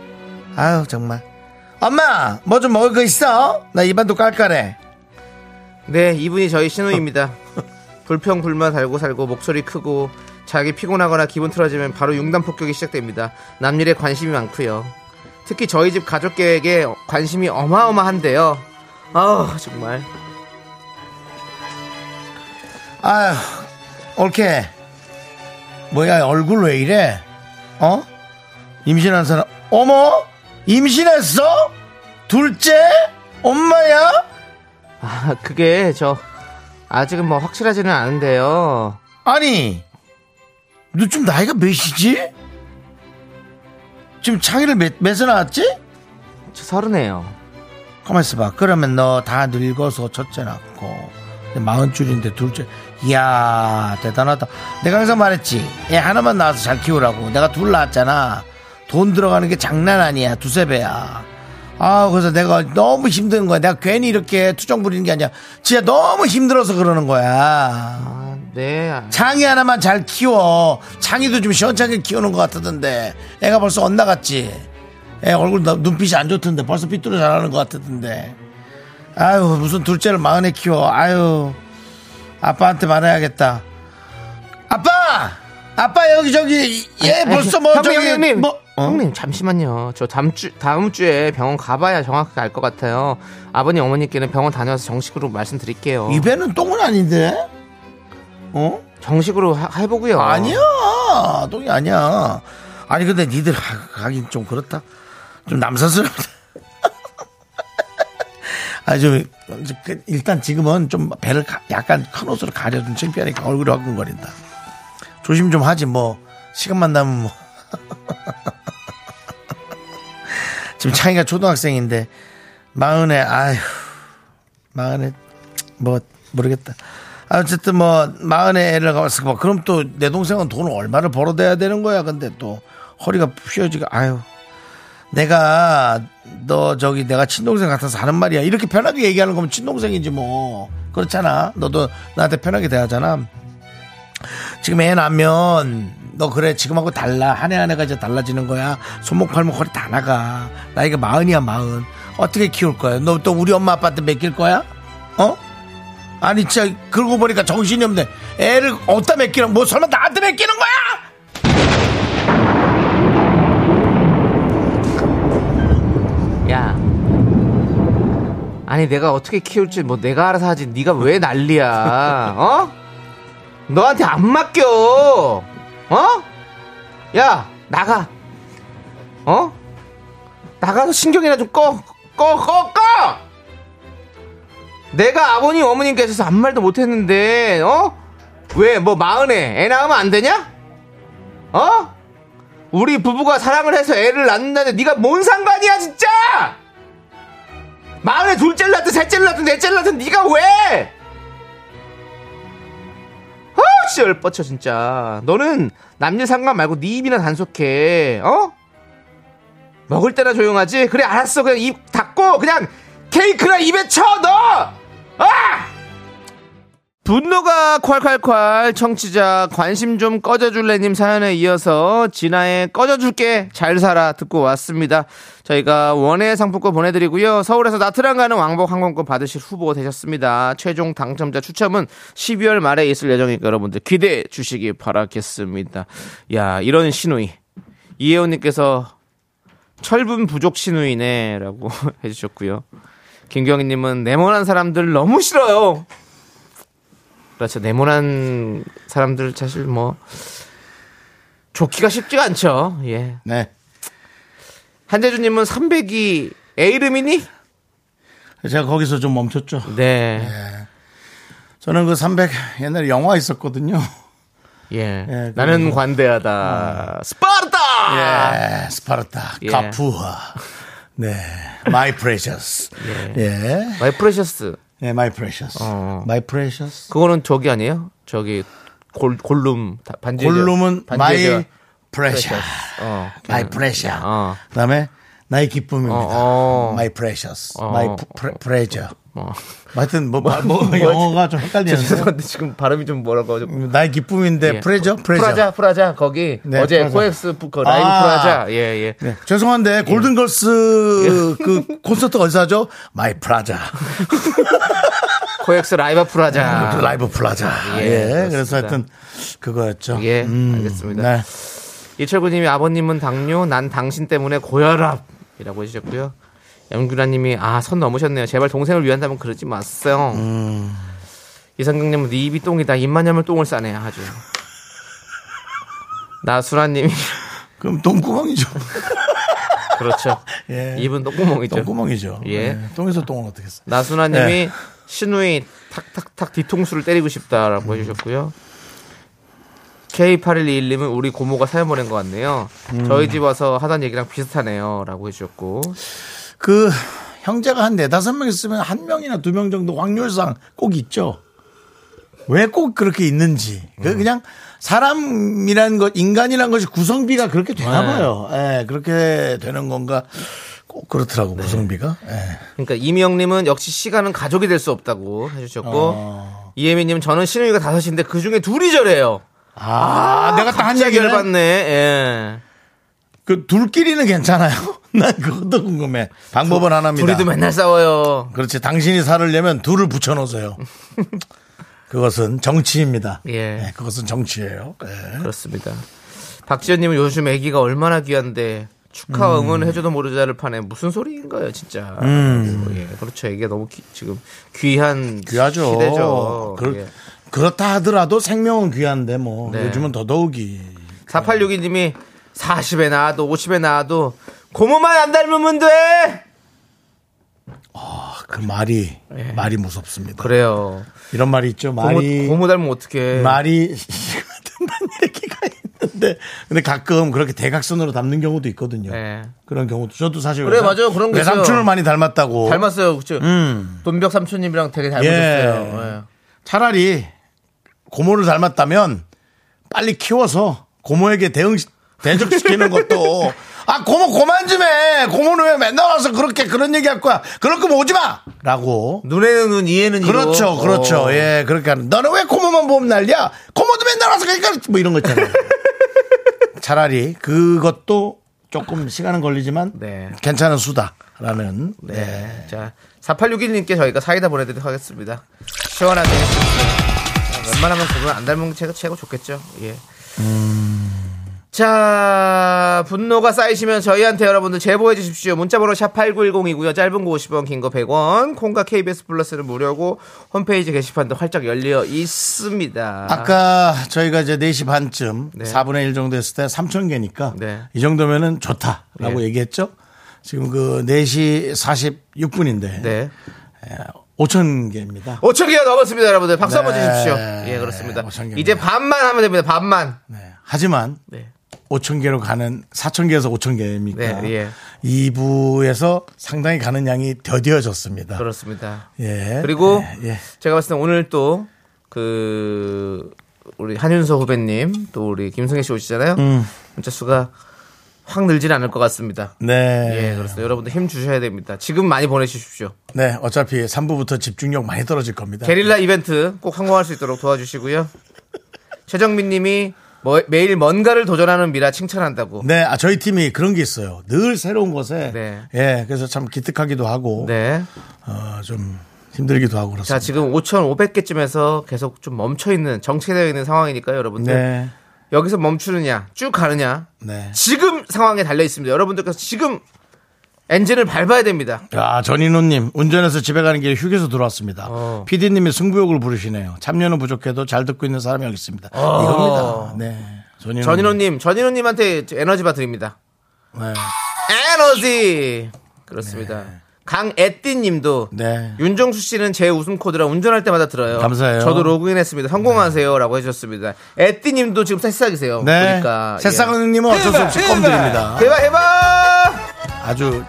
A: 아유, 정말. 엄마! 뭐 좀 먹을 거 있어? 나 입안도 깔깔해.
B: 네 이분이 저희 신우입니다 불평불만 달고 살고 목소리 크고 자기 피곤하거나 기분 틀어지면 바로 융단 폭격이 시작됩니다 남일에 관심이 많고요 특히 저희 집 가족 계획에 관심이 어마어마한데요 아우 정말
A: 아휴, 올케. 뭐야, 얼굴 왜 이래? 어? 임신한 사람, 어머? 임신했어? 둘째? 엄마야?
B: 아 그게 저 아직은 뭐 확실하지는 않은데요
A: 아니, 너 좀 나이가 몇이지? 지금 창의를 몇, 몇에 나왔지?
B: 저 서른에요
A: 가만 있어봐. 그러면 너 다 늙어서 첫째 낳고, 근데 마흔 줄인데 둘째. 이야, 대단하다. 내가 항상 말했지. 애 하나만 낳아서 잘 키우라고. 내가 둘 낳았잖아. 돈 들어가는 게 장난 아니야. 두세 배야. 아, 그래서 내가 너무 힘든 거야. 내가 괜히 이렇게 투정 부리는 게 아니야. 진짜 너무 힘들어서 그러는 거야.
B: 아, 네. 아,
A: 장이 하나만 잘 키워. 장이도 좀 시원찮게 키우는 것 같았던데. 애가 벌써 엇나갔지. 애 얼굴 나- 눈빛이 안 좋던데. 벌써 삐뚤어 잘하는 것 같았던데. 아유, 무슨 둘째를 마흔에 키워. 아유, 아빠한테 말해야겠다. 아빠! 아빠 여기 저기 얘
B: 아니,
A: 벌써 뭐
B: 형님,
A: 저기
B: 형님, 어?
A: 뭐
B: 형님 잠시만요. 저 다음 주 다음 주에 병원 가봐야 정확하게 알 것 같아요. 아버님 어머니께는 병원 다녀와서 정식으로 말씀드릴게요.
A: 입에는 똥은 아닌데? 어?
B: 정식으로 하- 해보고요.
A: 아니야 똥이 아니야 아니 근데 니들 하- 하긴 좀 그렇다 좀 남사스럽다 아니 좀 그, 일단 지금은 좀 배를 가- 약간 큰 옷으로 가려둔 창피하니까 얼굴이 화끈거린다 조심 좀 하지 뭐 시간만 나면 뭐 지금 창이가 초등학생인데 마흔에 아휴 마흔에 뭐 모르겠다. 아, 어쨌든 뭐 마흔에 애를 가봤을 거 봐. 그럼 또 내 동생은 돈을 얼마를 벌어대야 되는 거야. 근데 또 허리가 휘어지가 아유. 내가 너 저기 내가 친동생 같아서 하는 말이야. 이렇게 편하게 얘기하는 거면 친동생이지 뭐. 그렇잖아. 너도 나한테 편하게 대하잖아. 지금 애 낳으면 너 그래 지금하고 달라 한 해 한 해가 이제 달라지는 거야 손목 발목 허리 다 나가 나이가 마흔이야 마흔 어떻게 키울 거야 너 또 우리 엄마 아빠한테 맡길 거야 어 아니 진짜 그러고 보니까 정신이 없네 애를 어디다 맡기는 뭐 설마 나한테 맡기는 거야
B: 야. 아니 내가 어떻게 키울지 뭐 내가 알아서 하지 네가 왜 난리야 어? 너한테 안 맡겨 어? 야 나가 어? 나가서 신경이나 좀 꺼 꺼 꺼 꺼, 꺼! 내가 아버님 어머님께서 아무 말도 못했는데 어? 왜 뭐 마흔에 애 낳으면 안 되냐? 어? 우리 부부가 사랑을 해서 애를 낳는다는데 네가 뭔 상관이야 진짜 마음에 둘째를 낳든 셋째를 낳든 넷째를 낳든 네가 왜 어, 진짜 열뻗쳐 진짜 너는 남녀 상관 말고 네 입이나 단속해 어? 먹을 때나 조용하지 그래 알았어 그냥 입 닫고 그냥 케이크나 입에 쳐넣어 아! 분노가 콸콸콸 청취자 관심 좀 꺼져줄래님 사연에 이어서 진아의 꺼져줄게 잘 살아 듣고 왔습니다. 저희가 원예 상품권 보내드리고요. 서울에서 나트랑 가는 왕복 항공권 받으실 후보 되셨습니다. 최종 당첨자 추첨은 12월 말에 있을 예정이니까 여러분들 기대해 주시기 바라겠습니다. 야 이런 신우이 이혜원님께서 철분 부족 신우이네라고 해주셨고요. 김경희님은 네모난 사람들 너무 싫어요. 그렇죠. 네모난 사람들 사실 뭐 좋기가 쉽지가 않죠. 예.
A: 네
B: 한재준님은 300이 애 이름이니?
A: 제가 거기서 좀 멈췄죠
B: 네.
A: 예. 저는 그 300 옛날에 영화 있었거든요
B: 예.
A: 예,
B: 나는 관대하다. 스파르타.
A: 예, 스파르타
B: 예.
A: 카푸하 네 마이 프레셔스 예
B: 마이 프레셔스.
A: 네, my precious.
B: 어.
A: my precious.
B: 그거는 저기 아니에요? 저기 골 골룸 다- 반지의 제왕.
A: 골룸은
B: 반지의
A: my
B: 제왕.
A: precious.
B: 어.
A: my precious.
B: 어.
A: 그다음에 나의 기쁨입니다.
B: 어, 어.
A: my precious.
B: 어.
A: my pre- pleasure.
B: 어.
A: 하여튼 뭐, 뭐, 영어가 좀 헷갈리는데.
B: 죄송한데 지금 발음이 좀 뭐라고 좀
A: 나의 기쁨인데
B: 예.
A: 프레저 프레저.
B: 프라자 프라자 거기
A: 네,
B: 어제
A: 프라자.
B: 코엑스 그 라이브
A: 아.
B: 프라자 예 예.
A: 네. 죄송한데 골든걸스 그 콘서트 어디서 하죠? 마이 프라자.
B: 코엑스 라이브 프라자.
A: 아, 그 라이브 프라자.
B: 아. 예,
A: 예.
B: 그렇습니다.
A: 그래서 하여튼 그거였죠.
B: 예, 알겠습니다.
A: 네.
B: 이철구님이 아버님은 당뇨, 난 당신 때문에 고혈압이라고 해주셨고요. 양규라님이 아 선 넘으셨네요. 제발 동생을 위한다면 그러지 마세요. 음. 이성경님은 네 입이 똥이다. 입만 열면 똥을 싸네 아주. 나수라님이
A: 그럼 똥구멍이죠.
B: 그렇죠.
A: 예.
B: 입은 똥구멍이죠.
A: 똥구멍이죠.
B: 예.
A: 예. 똥에서 똥을 어떻게 했어?
B: 나순아님이
A: 예.
B: 신우이 탁탁탁 뒤통수를 때리고 싶다라고 해주셨고요. K8121님은 우리 고모가 사연 보낸 것 같네요. 저희 집 와서 하던 얘기랑 비슷하네요라고 해주셨고
A: 그 형제가 한 네다섯 명 있으면 한 명이나 두 명 정도 확률상 꼭 있죠. 왜 꼭 그렇게 있는지. 그 그냥 사람이란 것, 인간이란 것이 구성비가 그렇게 되나 봐요. 예, 그렇게 되는 건가. 꼭 그렇더라고, 구성비가. 예.
B: 그러니까 이미영님은 역시 시간은 가족이 될 수 없다고 해주셨고
A: 어.
B: 이혜미님 저는 신우이가 다섯인데 그 중에 둘이 저래요.
A: 아, 내가 딱 한
B: 갑자기
A: 얘기를 봤네.
B: 열받네. 예.
A: 그 둘끼리는 괜찮아요. 난 그것도 궁금해. 방법은 하나입니다.
B: 둘이도 맨날 싸워요.
A: 그렇지. 당신이 살으려면 둘을 붙여놓으세요. 그것은 정치입니다.
B: 예.
A: 네, 그것은 정치예요. 예.
B: 그렇습니다. 박지현님은 요즘 아기가 얼마나 귀한데 축하
A: 음.
B: 응원해줘도 모르자를 파네 무슨 소리인가요 진짜. 그리고 예, 그렇죠. 아기가 너무 귀- 지금 귀한
A: 음. 귀하죠.
B: 시대죠.
A: 그,
B: 예.
A: 그렇다 하더라도 생명은 귀한데 뭐
B: 네.
A: 요즘은 더더욱이
B: 4862님이 40에 나와도 50에 나와도 고모만 안 닮으면 돼.
A: 그 말이 말이 무섭습니다.
B: 아, 그렇죠. 예. 그래요.
A: 이런 말이 있죠.
B: 고모,
A: 말이
B: 고모 예. 닮으면 어떡해.
A: 말이 같은 얘기가 있는데 근데 가끔 그렇게 대각선으로 닮는 경우도 있거든요.
B: 예.
A: 그런 경우도 저도 사실
B: 그래,
A: 외삼-
B: 맞아요. 그런 거 있어요.
A: 외삼촌을 많이 닮았다고.
B: 닮았어요. 그죠?
A: 음. 예.
B: 돈벽 삼촌님이랑 되게 닮으셨어요. 예.
A: 차라리 고모를 닮았다면 빨리 키워서 고모에게 대응 대적시키는 것도 아 고모 고만 좀 해 고모는 왜 맨날 와서 그렇게 그런 얘기할 거야 그럴 거면 오지 마라고
B: 예. 눈에는 눈, 이에는 이로.
A: 그렇죠 그렇죠
B: 어.
A: 예 그렇게 하는 너는 왜 고모만 보험 날려 고모도 맨날 와서 그러니까 뭐 이런 거 있잖아요 차라리 그것도 조금 시간은 걸리지만
B: 네.
A: 괜찮은 수다라는 네.
B: 네. 자, 4861님께 저희가 사이다 보내드리도록 하겠습니다. 시원하게. 자, 웬만하면 그분 안 닮은 게 최고, 최고 좋겠죠. 예.
A: 음.
B: 자, 분노가 쌓이시면 저희한테 여러분들 제보해 주십시오. 문자번호 샵8910이고요. 짧은 거 50원, 긴 거 100원. 콩과 KBS 플러스는 무료고, 홈페이지 게시판도 활짝 열려 있습니다.
A: 아까 그- 저희가 이제 4시 반쯤
B: 네.
A: 4분의 1 정도 했을 때 3천 개니까
B: 네.
A: 이 정도면은 좋다라고
B: 네.
A: 얘기했죠. 지금 그 4시 46분인데
B: 네. 어?
A: 5천 개입니다.
B: 5천 개가 넘었습니다, 여러분들. 박수 한번
A: 네.
B: 주십시오. 예, 그렇습니다.
A: 5,000 개입니다.
B: 이제 반만 하면 됩니다, 반만.
A: 네. 하지만
B: 네.
A: 5천 개로 가는 4천 개에서 5천 개니까
B: 네, 예.
A: 2부에서 상당히 가는 양이 더디어졌습니다.
B: 그렇습니다.
A: 예.
B: 그리고
A: 예, 예.
B: 제가 봤을 때 오늘 또 그 우리 한윤서 후배님 또 우리 김승혜 씨 오시잖아요.
A: 음.
B: 문자 수가 확 늘진 않을 것 같습니다.
A: 네.
B: 예, 그렇습니다. 여러분들 힘 주셔야 됩니다. 지금 많이 보내주십시오.
A: 네. 어차피 3부부터 집중력 많이 떨어질 겁니다.
B: 게릴라 이벤트 꼭 성공할 수 있도록 도와주시고요. 최정민 님이 뭐- 매일 뭔가를 도전하는 미라 칭찬한다고.
A: 네, 아, 저희 팀이 그런 게 있어요. 늘 새로운 것에.
B: 네.
A: 예, 그래서 참 기특하기도 하고.
B: 네.
A: 어, 좀 힘들기도 하고 그렇습니다.
B: 자, 지금 5,500개쯤에서 계속 좀 멈춰 있는 정체되어 있는 상황이니까요, 여러분들.
A: 네.
B: 여기서 멈추느냐, 쭉 가느냐,
A: 네.
B: 지금 상황에 달려 있습니다. 여러분들께서 지금 엔진을 밟아야 됩니다.
A: 아, 전인호님, 운전해서 집에 가는 길에 휴게소 들어왔습니다.
B: 어.
A: PD님이 승부욕을 부르시네요. 참여는 부족해도 잘 듣고 있는 사람이 여기 있습니다. 이겁니다. 네. 전인호님.
B: 어. 전인호님, 전인호님한테 에너지바 드립니다.
A: 네.
B: 에너지! 그렇습니다. 강애띠님도
A: 네.
B: 윤정수 씨는 제 웃음 코드라 운전할 때마다 들어요.
A: 감사해요.
B: 저도 로그인했습니다. 성공하세요라고 해주셨습니다. 애띠님도 지금 새싹이세요.
A: 네.
B: 보니까 예.
A: 새싹님은 어쩔 수 없이 껌 드립니다.
B: 대박 해봐.
A: 아주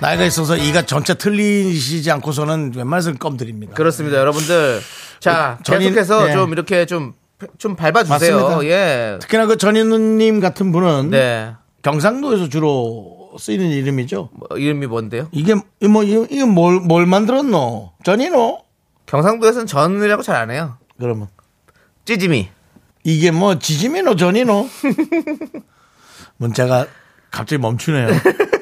A: 나이가 있어서 이가 전체 틀리시지 않고서는 웬만해서는 껌 드립니다.
B: 그렇습니다, 여러분들. 자,
A: 전인-
B: 계속해서
A: 네.
B: 좀 이렇게 좀, 좀 밟아주세요.
A: 맞습니다.
B: 예.
A: 특히나 그 전인호님 같은 분은
B: 네.
A: 경상도에서 주로 쓰이는 이름이죠.
B: 뭐, 이름이 뭔데요?
A: 이게 뭐 이- 이건 뭘, 뭘 만들었노? 전인호?
B: 경상도에서는 전이라고 잘 안 해요.
A: 그러면
B: 찌짐이.
A: 이게 뭐 지지미노 전이노? 문자가 갑자기 멈추네요.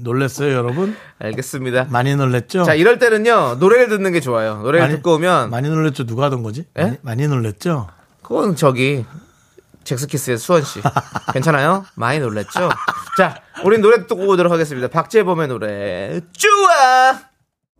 A: 놀랬어요, 여러분?
B: 알겠습니다.
A: 많이 놀랬죠?
B: 자, 이럴 때는요, 노래를 듣는 게 좋아요. 노래를
A: 많이-
B: 듣고 오면,
A: 많이 놀랬죠? 누가 하던 거지?
B: 예?
A: 많이, 많이 놀랬죠?
B: 그건 저기, 잭스키스의 수원씨. 괜찮아요? 많이 놀랬죠? 자, 우린 노래 듣고 오도록 하겠습니다. 박재범의 노래, 좋아!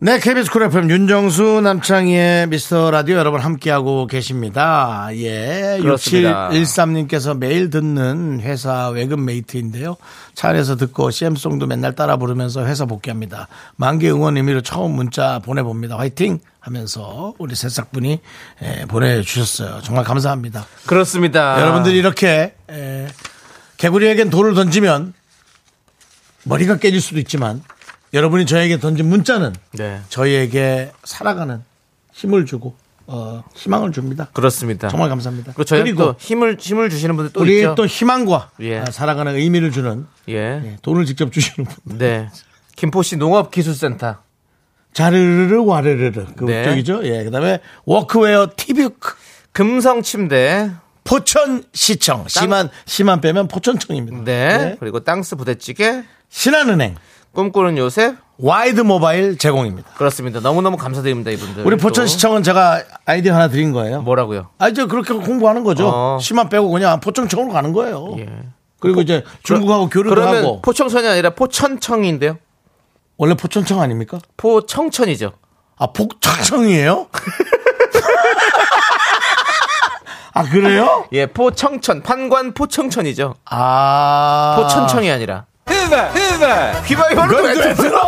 A: 네, KBS 쿨 FM 윤정수 남창희의 미스터 라디오 여러분 함께하고 계십니다. 예,
B: 그렇습니다.
A: 6713님께서 매일 듣는 회사 외근 메이트인데요. 차 안에서 듣고 CM송도 맨날 따라 부르면서 회사 복귀합니다. 만개 응원 의미로 처음 문자 보내봅니다. 화이팅! 하면서 우리 새싹분이 예, 보내주셨어요. 정말 감사합니다.
B: 그렇습니다.
A: 여러분들이 이렇게 에, 개구리에겐 돌을 던지면 머리가 깨질 수도 있지만 여러분이 저에게 던진 문자는
B: 네.
A: 저희에게 살아가는 힘을 주고 어, 희망을 줍니다.
B: 그렇습니다.
A: 정말 감사합니다.
B: 그리고 저희
A: 그리고
B: 또 힘을 힘을 주시는 분들 또
A: 우리
B: 있죠.
A: 또 희망과
B: 예.
A: 아, 살아가는 의미를 주는
B: 예.
A: 예, 돈을 직접 주시는 분.
B: 네.
F: 김포시 농업기술센터.
A: 자르르르 와르르르 그
B: 네.
A: 쪽이죠. 예, 그다음에 워크웨어 티뷰크
F: 금성침대.
A: 포천시청 시만 시만 빼면 포천청입니다.
B: 네.
A: 네.
B: 그리고 땅스 부대찌개,
A: 신한은행
B: 꿈꾸는 요셉.
A: 와이드 모바일 제공입니다.
B: 그렇습니다. 너무너무 감사드립니다, 이분들.
A: 우리
B: 또.
A: 포천시청은 제가 아이디어 하나 드린 거예요.
B: 뭐라고요?
A: 아, 이제 그렇게 홍보하는 거죠.
B: 어.
A: 시만 빼고 그냥 포천청으로 가는 거예요.
B: 예.
A: 그리고 이제 중국하고 교류도
B: 그러면
A: 하고
B: 포청천이 아니라 포천청인데요.
A: 원래 포천청 아닙니까?
B: 포청천이죠.
A: 아 복천청이에요? 아 그래요?
B: 예, 포청천, 판관 포청천이죠.
A: 아
B: 포천청이 아니라.
F: 귀바이
A: 그걸 왜 들어?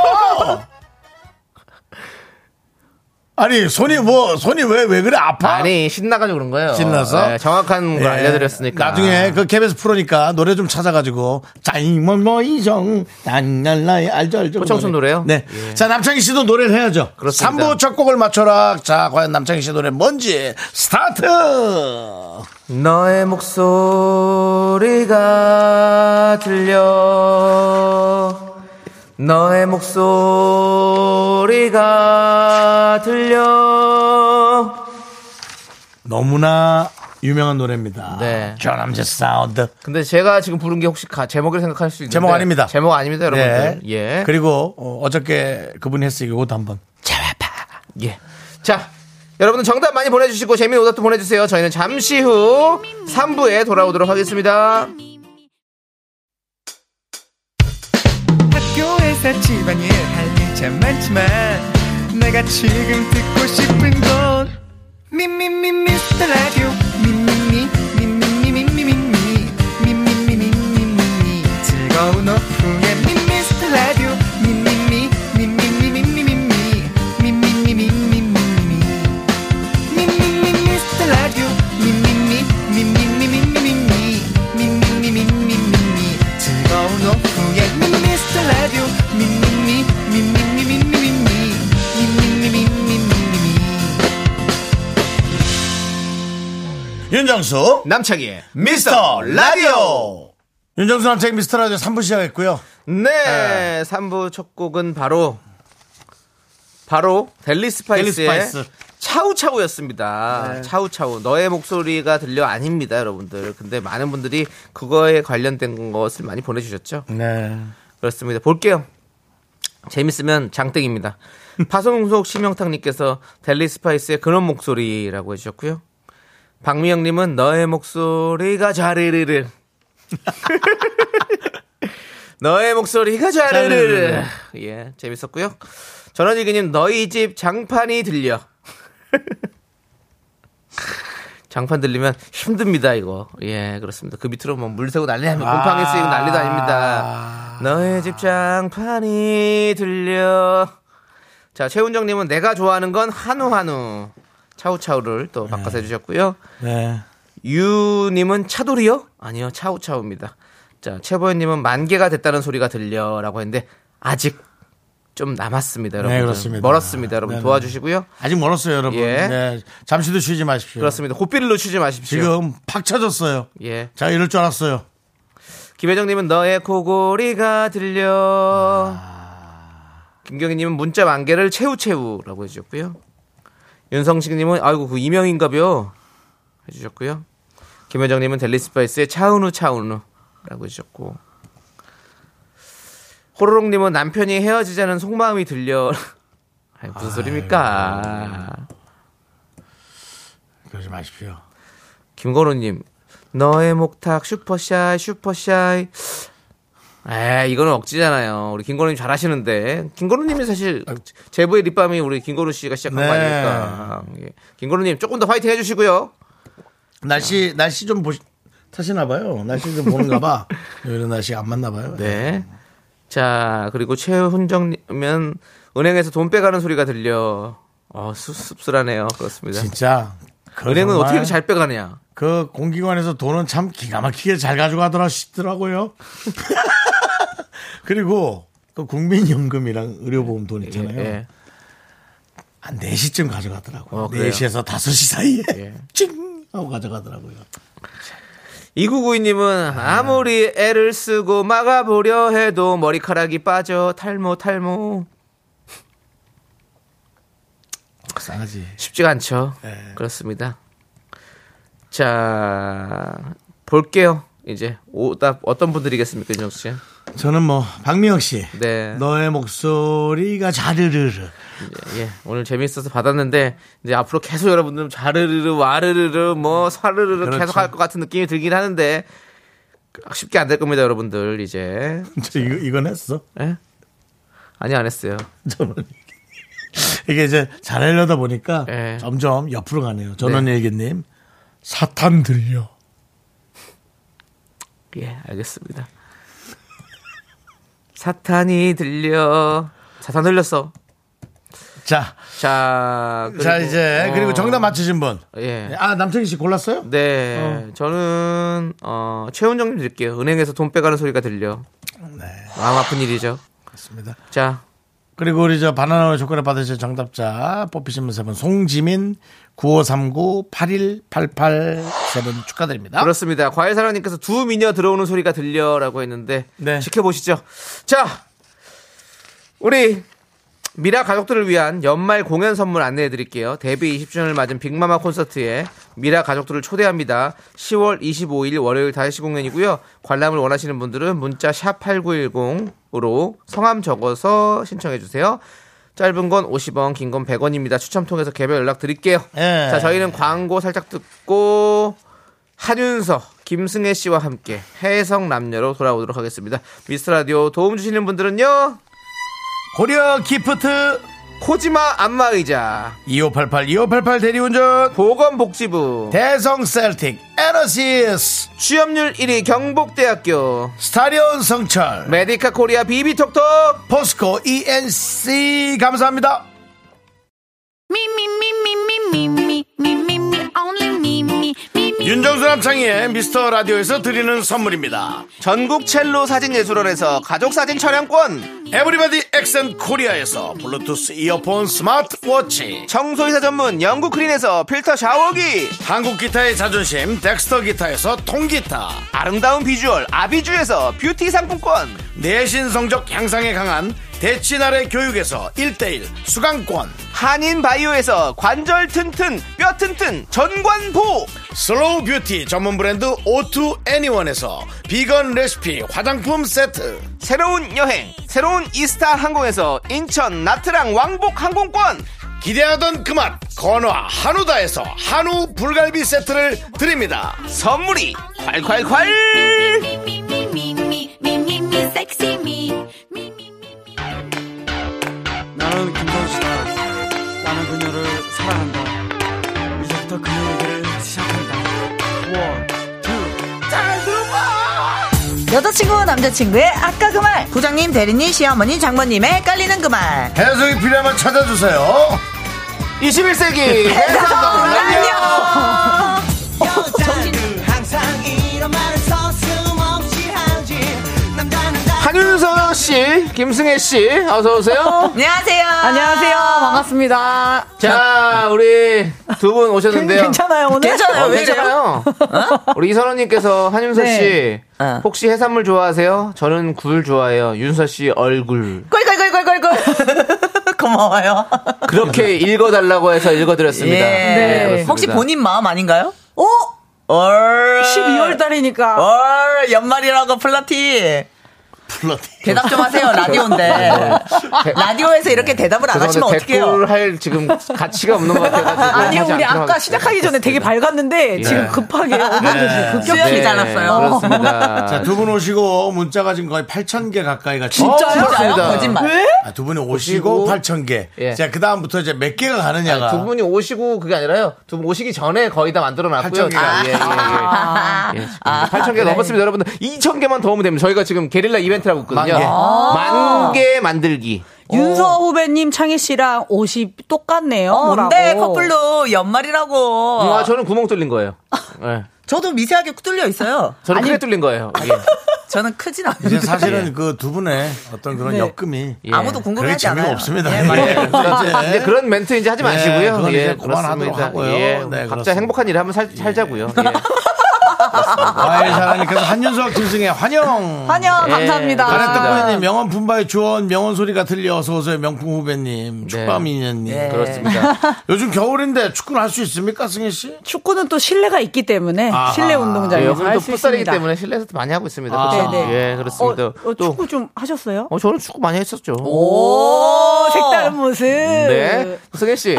A: 아니 손이 뭐 손이 왜 왜 그래 아파?
B: 아니, 신나가지고 그런 거예요.
A: 신나서?
B: 예, 정확한 걸
A: 예.
B: 알려드렸으니까.
A: 나중에 그 KBS 프로니까 노래 좀 찾아가지고 뭐, 자이머머이정 단날라의 알죠 알죠. 그
B: 포청순
A: 노래.
B: 노래요?
A: 네.
B: 예.
A: 자 남창희 씨도 노래를 해야죠.
B: 그렇습니다.
A: 3부 첫 곡을 맞춰라. 자 과연 남창희 씨 노래 뭔지 스타트.
B: 너의 목소리가 들려 너의 목소리가 들려
A: 너무나 유명한 노래입니다.
B: 네.
A: 전남자 사운드.
B: 근데 제가 지금 부른 게 혹시 가- 제목을 생각할 수 있는데
A: 제목 아닙니다.
B: 제목 아닙니다 여러분들
A: 네.
B: 예.
A: 그리고 어, 어저께 그분이 했으니까 이것도 한번.
B: 예. 자, 여러분들 정답 많이 보내주시고 재미있는 오답도 보내주세요. 저희는 잠시 후 3부에 돌아오도록 하겠습니다.
G: 학교에서 집안일 할 일 참 많지만 내가 지금 듣고 싶은 건 미미미 미스터 라디오 미미미 미미미 미미미 미미미 미미미 즐거운 오후에 미스터 라디오 미미미 미미미 미미미 미미미 미미미 미미미 미스터 라디오 미미미 미미미 미미미 미미미 미미미 즐거운 오후에 미스터 라디오 미미미 미미미 미미미 미미미 미미미
A: 윤정수
B: 남창희의
A: 미스터 라디오. 윤정수 남창희 미스터 라디오 3부 시작했고요.
B: 네, 3부 첫 곡은 바로 바로 델리
A: 델리
B: 스파이스의
A: 스파이스. 네.
B: 차우차우였습니다. 차우차우 너의 목소리가 들려 아닙니다, 여러분들. 근데 많은 분들이 그거에 관련된 것을 많이 보내주셨죠.
A: 네.
B: 그렇습니다. 볼게요. 재밌으면 장땡입니다. 파송속 심영탁님께서 델리 스파이스의 그런 목소리라고 해주셨고요. 박미영님은 너의 목소리가 자르르르. 너의 목소리가 자르르르. 예, 재밌었고요. 전원일기님 너희 집 장판이 들려. 장판 들리면 힘듭니다 이거 예 그렇습니다 그 밑으로 뭐 물 새고 난리 나면 곰팡이 쓰이고 난리도 아닙니다 너의 집 장판이 들려 자 최훈정님은 내가 좋아하는 건 한우 한우 차우차우를 또 바꿔서 해주셨고요
A: 네.
B: 유님은 차돌이요 아니요 차우차우입니다 자 최보현님은 만개가 됐다는 소리가 들려라고 했는데 아직 좀 남았습니다 여러분
A: 네, 그렇습니다.
B: 멀었습니다 여러분
A: 네네.
B: 도와주시고요
A: 아직 멀었어요, 여러분.
B: 예.
A: 네. 잠시도 쉬지 마십시오.
B: 그렇습니다 고삐를 놓치지 마십시오
A: 네. 지금 팍 쳐졌어요.
B: 예
A: 제가 이럴 줄 알았어요.
B: 김혜정님은 너의 코골이가 들려. 김경희님은 문자 만개를 채우채우라고 해주셨고요. 윤성식님은 아이고 그 이명인가벼 해주셨고요. 김혜정님은 델리스파이스의 차은우 차은우라고 해주셨고. 호로록님은 남편이 헤어지자는 속마음이 들려. 아이, 무슨 소리입니까?
A: 그러지 마십시오.
B: 김건우님, 너의 목탁 슈퍼샤이 슈퍼샤이. 에 이거는 억지잖아요. 우리 김건우님 잘하시는데 김건우님이 사실 제보의 립밤이 우리 김건우 씨가 시작한 거
A: 아, 네.
B: 아닙니까? 예. 김건우님 조금 더 화이팅 해주시고요. 아.
A: 날씨, 날씨 좀 보시, 타시나 봐요. 날씨 좀 보는가 봐. 이런 날씨 안 맞나 봐요.
B: 네. 자 그리고 최훈정님은 은행에서 돈 빼가는 소리가 들려. 어 씁- 씁쓸하네요. 그렇습니다.
A: 진짜. 그
B: 은행은
A: 정말
B: 어떻게 이렇게 잘 빼가냐?
A: 그 공기관에서 돈은 참 기가 막히게 잘 가져가더라 싶더라고요. 그리고 그 국민연금이랑 의료보험 돈 있잖아요.
B: 예.
A: 한 4시쯤 가져가더라고요.
B: 어, 그래요?
A: 4시에서 5시 사이에
B: 예.
A: 찡 하고 가져가더라고요.
B: 2992님은 아무리 애를 쓰고 막아보려 해도 머리카락이 빠져 탈모 탈모
A: 싸하지
B: 쉽지가 않죠. 그렇습니다. 자 볼게요. 이제 오답 어떤 분들이겠습니까, 윤정 씨?
A: 저는 뭐 박미영 씨.
B: 네.
A: 너의 목소리가 자르르르.
B: 예, 예. 오늘 재미있어서 받았는데 이제 앞으로 계속 여러분들 자르르르 와르르르 뭐 사르르르 계속 할 것 같은 느낌이 들긴 하는데 아, 쉽게 안 될 겁니다, 여러분들 이제.
A: 저 이거, 이건 했어.
B: 예? 아니 안 했어요.
A: 저는 이게 이제 잘하려다 보니까
B: 예.
A: 점점 옆으로 가네요. 전원 얘기님 사탄 들려.
B: 예, 알겠습니다. 사탄이 들려. 사탄 들렸어.
A: 자,
B: 자, 그리고,
A: 자 이제
B: 어,
A: 그리고 정답 맞추신 분.
B: 예.
A: 아 남창희 씨 골랐어요?
B: 네, 저는 어 최훈정님 드릴게요. 은행에서 돈 빼가는 소리가 들려.
A: 네,
B: 마음 아픈 일이죠.
A: 맞습니다.
B: 자,
A: 그리고 우리 저 바나나와 초콜릿 받으실 정답자 뽑히신 분 세 분 송지민 9539 8188 세 분 축하드립니다.
B: 그렇습니다. 과일사랑님께서 두 미녀 들어오는 소리가 들려라고 했는데
A: 네.
B: 지켜보시죠. 자, 우리 미라 가족들을 위한 연말 공연 선물 안내해 드릴게요. 데뷔 20주년을 맞은 빅마마 콘서트에 미라 가족들을 초대합니다. 10월 25일 월요일 5시 공연이고요. 관람을 원하시는 분들은 문자 샵 8910으로 성함 적어서 신청해 주세요. 짧은 건 50원, 긴 건 100원입니다. 추첨 통해서 개별 연락 드릴게요.
A: 예.
B: 자, 저희는 광고 살짝 듣고 한윤석, 김승혜 씨와 함께 해성 남녀로 돌아오도록 하겠습니다. 미스 라디오 도움 주시는 분들은요.
A: 고려 기프트
B: 코지마 안마의자,
A: 2588 2588 대리운전
B: 보건복지부,
A: 대성 셀틱 에너시스
B: 취업률 1위 경북대학교,
A: 스타리온 성철
B: 메디카 코리아 비비톡톡,
A: 포스코 ENC 감사합니다.
H: Me, me, me, me, me, me, me, me, me, me, only me, me, me, me.
A: 윤정수 남창희의 미스터 라디오에서 드리는 선물입니다.
B: 전국 첼로 사진예술원에서 가족사진 촬영권,
A: 에브리바디 엑센 코리아에서 블루투스 이어폰 스마트워치
B: 청소이사 전문 영국 크린에서 필터 샤워기,
A: 한국 기타의 자존심 덱스터 기타에서 통기타
B: 아름다운 비주얼 아비주에서 뷰티 상품권,
A: 내신 성적 향상에 강한 대치나래 교육에서 1대1 수강권
B: 한인 바이오에서 관절 튼튼, 뼈 튼튼, 전관보!
A: 슬로우 뷰티 전문 브랜드 오투 애니원에서 비건 레시피 화장품 세트
B: 새로운 여행, 새로운 이스타 항공에서 인천 나트랑 왕복 항공권!
A: 기대하던 그 맛 건화 한우다에서 한우 불갈비 세트를 드립니다
B: 선물이 콸콸콸!
H: Me, me, me, me, me, me, me, me, sexy me. Me, me, me.
G: 나는 김선수다. 나는 그녀를 사랑한다. 이제부터 그 얘기를 시작한다. 원, 투.
I: 여자친구 남자친구의 아까 그 말 부장님 대리님 시어머니 장모님의 깔리는 그말
A: 해석이 필요하면 찾아주세요
B: 21세기
I: 어,
B: 한윤서 씨, 김승혜 씨, 어서 오세요.
I: 안녕하세요 안녕하세요 반갑습니다
B: 자, 우리 두 분 오셨는데요.
I: 괜찮아요 오늘 괜찮아요 어?
B: 어, 괜찮아요. 우리 이선호님께서 한윤서
I: 네.
B: 씨,
I: 어.
B: 혹시 해산물 좋아하세요? 저는 굴 좋아해요. 윤서 씨 얼굴.
I: 꿀꿀꿀꿀꿀꿀 고마워요 예.
B: 그렇게 읽어달라고 해서 읽어드렸습니다. 네, 그렇습니다.
I: 혹시 본인 마음 아닌가요? 오 얼.
E: 12월 달이니까
I: 얼 연말이라고 플라티
A: 플러팅
I: 대답 좀 하세요 라디오인데
B: 대-
I: 라디오에서 이렇게 대답을
E: 아,
I: 안 하시면
B: 죄송한데
I: 어떡해요
B: 댓글 할 지금 가치가 없는 것 같아가지고.
E: 아니요
B: 하지
E: 우리
B: 않도록
E: 아까
B: 하겠습니다.
E: 시작하기 전에 되게 밝았는데 지금 급하게 오버되지 급격히
I: 수염이 자랐어요
B: 네. 그렇습니다.
A: 자, 두 분 오시고 문자가 지금 거의 8,000개 가까이 가.
I: 진짜요?
B: 그렇습니다.
I: 거짓말
A: 아, 두 분이 오시고,
B: 오시고
A: 8,000개.
B: 예. 아,
A: 자, 그다음부터 이제 몇 개가 가느냐가.
B: 두 분이 오시고 그게 아니라요. 두 분 오시기 전에 거의 다 만들어 놨고요.
A: 팔천 개가.
B: 예, 예, 예. 예, 지금
E: 아.
B: 8천 개 넘었습니다, 여러분들. 2천 개만 더 오면 됩니다. 저희가 지금 게릴라 이벤트라고 있거든요.
A: 만 개.
E: 아.
B: 만 개 만들기.
E: 윤서 후배님 창희 씨랑 옷이
G: 아,
E: 똑같네요.
I: 어,
E: 뭐라고.
I: 근데 커플로 연말이라고.
E: 어.
B: 뭐 아, 저는 구멍 뚫린 거예요. 예.
I: 저도 미세하게 뚫려 있어요.
B: 저는 크게 뚫린 거예요. 이게.
G: 저는 크진 않아요.
A: 이제 사실은 그 두 분의 어떤 그런
G: 네.
A: 역금이
B: 예.
G: 아무도
A: 네, 그럴
G: 궁금해하지
A: 재미가
G: 않아요.
A: 없습니다.
G: 예, 맞아요.
A: 그래서
B: 이제 그런 멘트 이제 하지
A: 네,
B: 마시고요.
A: 그건
B: 예,
A: 이제 그만하도록
B: 그렇습니다.
A: 하고요.
B: 예,
A: 네,
B: 각자
A: 그렇습니다.
B: 행복한 일 하면 살, 살자고요. 예.
A: 과일 사랑님께서 한윤석 짐승의 환영.
I: 환영
B: 예,
I: 감사합니다.
B: 가래떡
A: 님 아, 명언 품바의 주원 명언 소리가 들려 어서 오세요 명품 후배님 축밤이년님
G: 네.
B: 그렇습니다.
A: 요즘 겨울인데 축구는 할 수 있습니까 승희 씨?
I: 축구는 또 실내가 있기 때문에
A: 아하.
I: 실내
B: 예,
I: 운동장에서
B: 여기는 또
I: 할 수
B: 풋살이기
I: 네, 있습니다.
B: 때문에 실내에서 도 많이 하고 있습니다.
A: 아.
B: 그렇죠?
I: 네, 네.
B: 예, 그렇습니다.
I: 어, 어,
B: 또
I: 축구 좀 하셨어요?
B: 어, 저는 축구 많이 했었죠.
I: 오, 색다른 모습.
B: 네. 승혜 씨.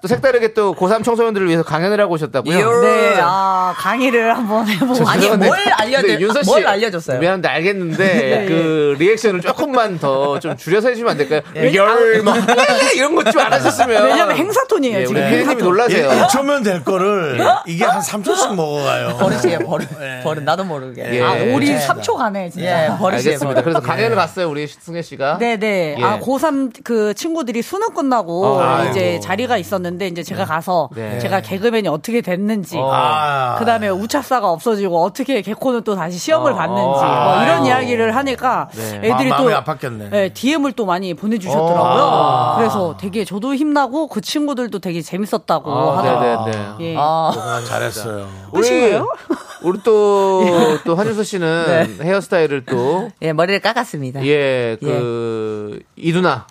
B: 또 색다르게 또 고3 청소년들을 위해서 강연을 하고 오셨다고요?
I: 네, 아, 강의를 한번 해보고.
G: 아니,
B: 죄송한데,
G: 뭘 알려드-
B: 근데 윤서 씨,
G: 뭘 알려줬어요?
B: 미안한데 알겠는데
I: 네.
B: 그 리액션을 조금만 더 좀 줄여서 해주시면 안 될까요?
I: 예.
B: 열, 막 이런 것 좀 안 하셨으면.
I: 아, 왜냐면 행사톤이에요,
B: 예, 우리
I: 지금.
B: 피디님이 놀라세요.
A: 1초면 될 거를 이게 한 3초씩 먹어가요.
G: 버릇이에요, 뭐. 버릇. 버릇, 나도 모르게.
B: 예.
I: 아, 오리
B: 네.
I: 3초 가네, 진짜. 아,
G: 예, 버릇이에요.
B: 알겠습니다.
G: 버릇.
B: 그래서 강연을 갔어요, 우리 승혜 씨가.
I: 네네.
B: 예.
I: 아, 고3 그 친구들이 수능 끝나고
B: 아,
I: 이제
B: 아이고.
I: 자리가 있었는데 이제 제가 가서
B: 네.
I: 제가 개그맨이 어떻게 됐는지.
A: 아.
I: 그 다음에 우차사가 없어지고 어떻게 개코는 또 다시 시험을
B: 어,
I: 봤는지
B: 어,
I: 뭐 이런
A: 아이고.
I: 이야기를 하니까
B: 네.
I: 애들이
A: 마-
I: 또
A: 마음이 아팠겠네. 아.
I: DM을 예, 또 많이 보내주셨더라고요. 그래서 되게 저도 힘나고 그 친구들도 되게 재밌었다고
B: 아,
I: 하더라고요.
B: 네네네.
I: 예.
A: 아, 잘했어요.
B: 우리, 우리
I: 예.
B: 또, 또 한유서 씨는
I: 네.
B: 헤어스타일을 또,
G: 예, 머리를 깎았습니다.
B: 예, 그, 이누나.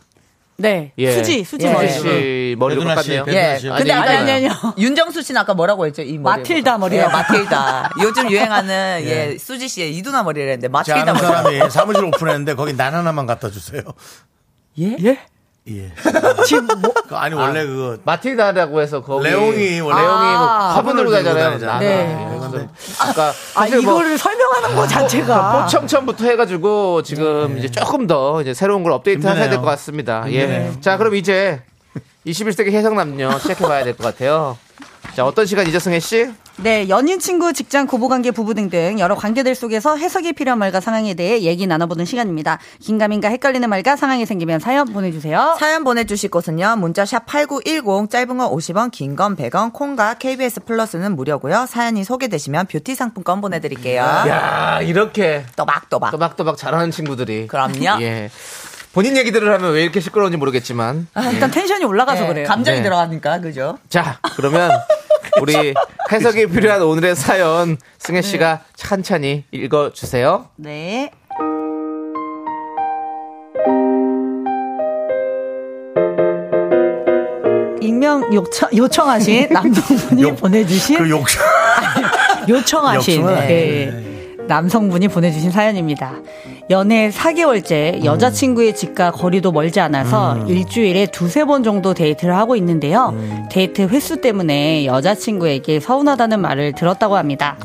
I: 네.
B: 예.
I: 수지, 수지
G: 예.
I: 머리.
B: 수지 씨 머리로
A: 배두나 네, 씨,
B: 깎았네요.
A: 배두나
G: 예,
A: 씨.
G: 근데 아까
I: 아니, 아니, 아니요.
G: 윤정수 씨는 아까 뭐라고 했죠? 이 머리.
I: 마틸다 머리요.
G: 예, 마틸다. 요즘 유행하는 예, 수지 씨의 이두나 머리를 했는데
A: 제
G: 마틸다
A: 아는
G: 머리.
A: 사람이 사무실 오픈했는데 거기 난 하나만 갖다 주세요.
G: 예?
I: 예?
A: 예.
I: 지금 뭐,
A: 그 아니 원래 그거
B: 마틸다라고 해서 거기
A: 레옹이 원래
B: 레옹이 뭐
I: 아.
B: 화분 들고
A: 화분을 들고
B: 다니잖아요.
A: 다니잖아요.
I: 네.
B: 네. 그래서 아까
I: 아,
B: 사실 뭐
I: 이거를 아. 설명하는 거 자체가.
B: 포청천부터 해가지고 지금 이제 조금 더 이제 새로운 걸 업데이트 하셔야 될
A: 네. 힘드네요.
B: 것 같습니다. 예. 자 그럼 이제 21세기 해석 남녀 시작해봐야 될 것 같아요. 자 어떤 시간 이재승혜 씨?
I: 네, 연인, 친구, 직장, 고부관계, 부부 등등 여러 관계들 속에서 해석이 필요한 말과 상황에 대해 얘기 나눠보는 시간입니다. 긴가민가 헷갈리는 말과 상황이 생기면 사연 보내주세요.
G: 사연 보내주실 곳은요. 문자샵 8910 짧은 건 50원 긴 건 100원 콩과 KBS 플러스는 무료고요. 사연이 소개되시면 뷰티 상품권 보내드릴게요.
B: 야 이렇게
G: 또박또박.
B: 또박또박 잘하는 친구들이.
G: 아. 그럼요.
B: 예. 본인 얘기들을 하면 왜 이렇게 시끄러운지 모르겠지만.
I: 아, 일단 텐션이 올라가서
G: 예,
I: 그래요.
G: 감정이
B: 네.
G: 들어가니까 그죠?
B: 자, 그러면 우리 해석이 필요한 오늘의 사연 승혜 씨가
G: 네.
B: 찬찬히 읽어 주세요.
I: 네. 익명 요청, 요청하신 남성분이
A: 욕-
I: 보내주신
A: 그 욕심.
I: 요청하신
A: 역시나.
I: 네. 남성분이 보내주신 사연입니다. 연애 4개월째 여자친구의 집과 거리도 멀지 않아서 일주일에 두세 번 정도 데이트를 하고 있는데요. 데이트 횟수 때문에 여자친구에게 서운하다는 말을 들었다고 합니다.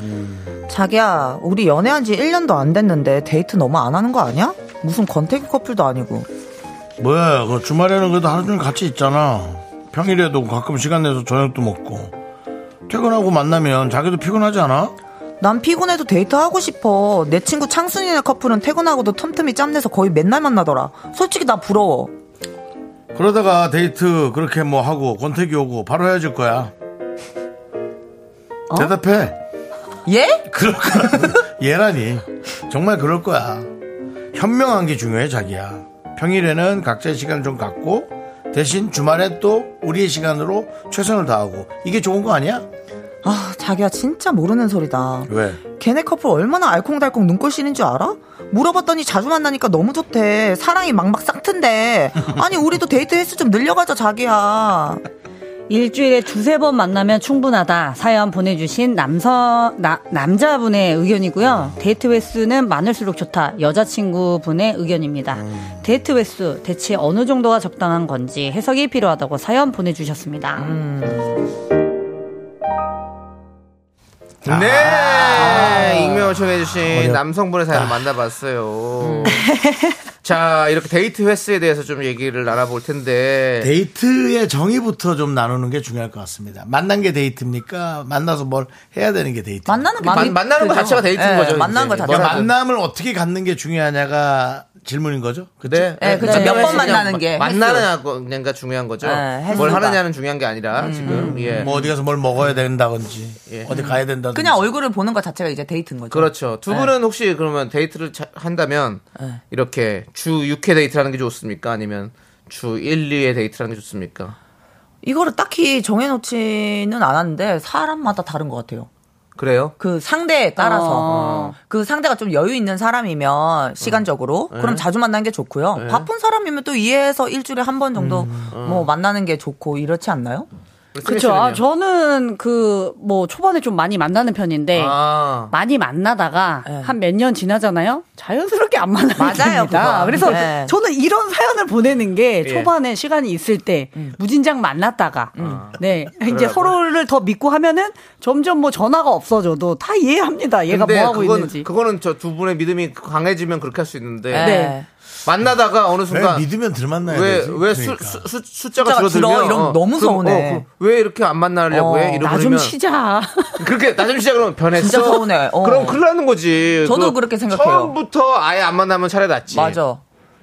G: 자기야, 우리 연애한 지 1년도 안 됐는데 데이트 너무 안 하는 거 아니야? 무슨 권태기 커플도 아니고.
A: 뭐야, 그 주말에는 그래도 하루 종일 같이 있잖아. 평일에도 가끔 시간 내서 저녁도 먹고. 퇴근하고 만나면 자기도 피곤하지 않아?
G: 난 피곤해도 데이트하고 싶어. 내 친구 창순이네 커플은 퇴근하고도 틈틈이 짬내서 거의 맨날 만나더라. 솔직히 나 부러워.
A: 그러다가 데이트 그렇게 뭐 하고 권태기 오고 바로 헤어질 거야.
G: 어?
A: 대답해.
G: 예?
A: 그럴 거야. 얘라니. 정말 그럴 거야. 현명한 게 중요해, 자기야. 평일에는 각자의 시간을 좀 갖고 대신 주말에 또 우리의 시간으로 최선을 다하고 이게 좋은 거 아니야?
G: 아, 자기야 진짜 모르는 소리다.
A: 왜?
G: 걔네 커플 얼마나 알콩달콩 눈꼴 씨는 줄 알아? 물어봤더니 자주 만나니까 너무 좋대. 사랑이 막막 싹튼데. 아니 우리도 데이트 횟수 좀 늘려가자 자기야.
I: 일주일에 두세 번 만나면 충분하다. 사연 보내주신 남성, 나- 남자분의 의견이고요. 데이트 횟수는 많을수록 좋다. 여자친구분의 의견입니다. 데이트 횟수, 대체 어느 정도가 적당한 건지 해석이 필요하다고 사연 보내주셨습니다.
G: 아.
B: 네. 익명 요청해 주신 남성분의 사연을
G: 음.
B: 만나봤어요. 자, 이렇게 데이트 횟수에 대해서 좀 얘기를 나눠볼 텐데.
A: 데이트의 정의부터 좀 나누는 게 중요할 것 같습니다. 만난 게 데이트입니까? 만나서 뭘 해야 되는 게 그러니까 데이트?
G: 만나는 게
B: 만-
G: 데이-
B: 만나는 것
G: 그죠?
B: 자체가 데이트인
G: 예,
B: 거죠.
G: 만나는 것
B: 이제.
G: 자체가.
A: 만남을 어떻게 갖는 게 중요하냐가 질문인 거죠? 그쵸?
B: 네,
G: 네, 그쵸. 몇번 만나는 게
B: 만나느냐가 중요한 거죠.
G: 네, 횟수가. 음.
B: 뭘 하느냐는 중요한 게 아니라 지금 예.
A: 뭐 어디 가서 뭘 먹어야 된다든지 어디 가야 된다든지
G: 그냥 얼굴을 보는 것 자체가 이제 데이트인 거죠.
B: 그렇죠.
G: 네.
B: 두 분은 혹시 그러면 데이트를 자- 한다면 이렇게 주 6회 데이트하는 게 좋습니까? 아니면 주 1, 2회 데이트하는 게 좋습니까?
G: 이거를 딱히 정해놓지는 않았는데 사람마다 다른 것 같아요.
B: 그래요?
G: 그 상대에 따라서 그 상대가 좀 여유 있는 사람이면 시간적으로 그럼 자주 만나는 게 좋고요. 바쁜 사람이면 또 2회에서 일주일에 한 번 정도 뭐 만나는 게 좋고 이렇지 않나요?
I: 그렇죠. 아, 저는 그 뭐 초반에 좀 많이 만나는 편인데
B: 아.
I: 많이 만나다가
G: 네.
I: 한 몇 년 지나잖아요. 자연스럽게 안 만나게
G: 맞아요,
I: 됩니다.
G: 그건.
I: 그래서
G: 네.
I: 저는 이런 사연을 보내는 게
B: 예.
I: 초반에 시간이 있을 때
G: 음.
I: 무진장 만났다가
G: 아.
I: 네 이제 서로를 더 믿고 하면은 점점 뭐 전화가 없어져도 다 이해합니다. 얘가 뭐
B: 근데
I: 하고
B: 그건,
I: 있는지.
B: 그거는 저 두 분의 믿음이 강해지면 그렇게 할 수 있는데
I: 네.
B: 만나다가 어느
A: 왜
B: 순간
A: 믿으면 들만나야
B: 왜
A: 되지?
B: 왜 수,
A: 그러니까.
B: 수, 자가
G: 숫자가
B: 줄어들면
G: 줄어. 이러면
B: 어, 그럼,
G: 너무 서운해. 어,
B: 어, 그- 왜 이렇게 안 만나려고 해? 이러고
I: 나 좀
B: 그러면
I: 쉬자.
B: 그렇게 나 좀 쉬자 그러면 변했어.
G: 진짜 서운해. 어.
B: 그럼 큰일 나는 거지.
G: 저도
B: 그-
G: 그렇게 생각해요.
B: 처음부터 아예 안 만나면 차라리 낫지.
G: 맞아.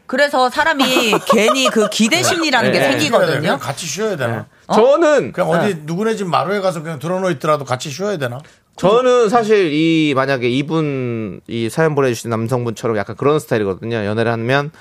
G: 그래서 사람이 괜히 그 기대 심리라는 게
B: 네.
A: 예, 쉬어야 돼? 그냥
G: 생기거든요.
A: 같이 쉬어야
B: 예.
A: 되나?
B: 저는
A: 그냥 어디 누구네 집 마루에 가서 그냥 드러누워 있더라도 같이 쉬어야 되나?
B: 저는 사실 이 만약에 이분 이 사연 보내주신 남성분처럼 약간 그런 스타일이거든요. 연애를 하면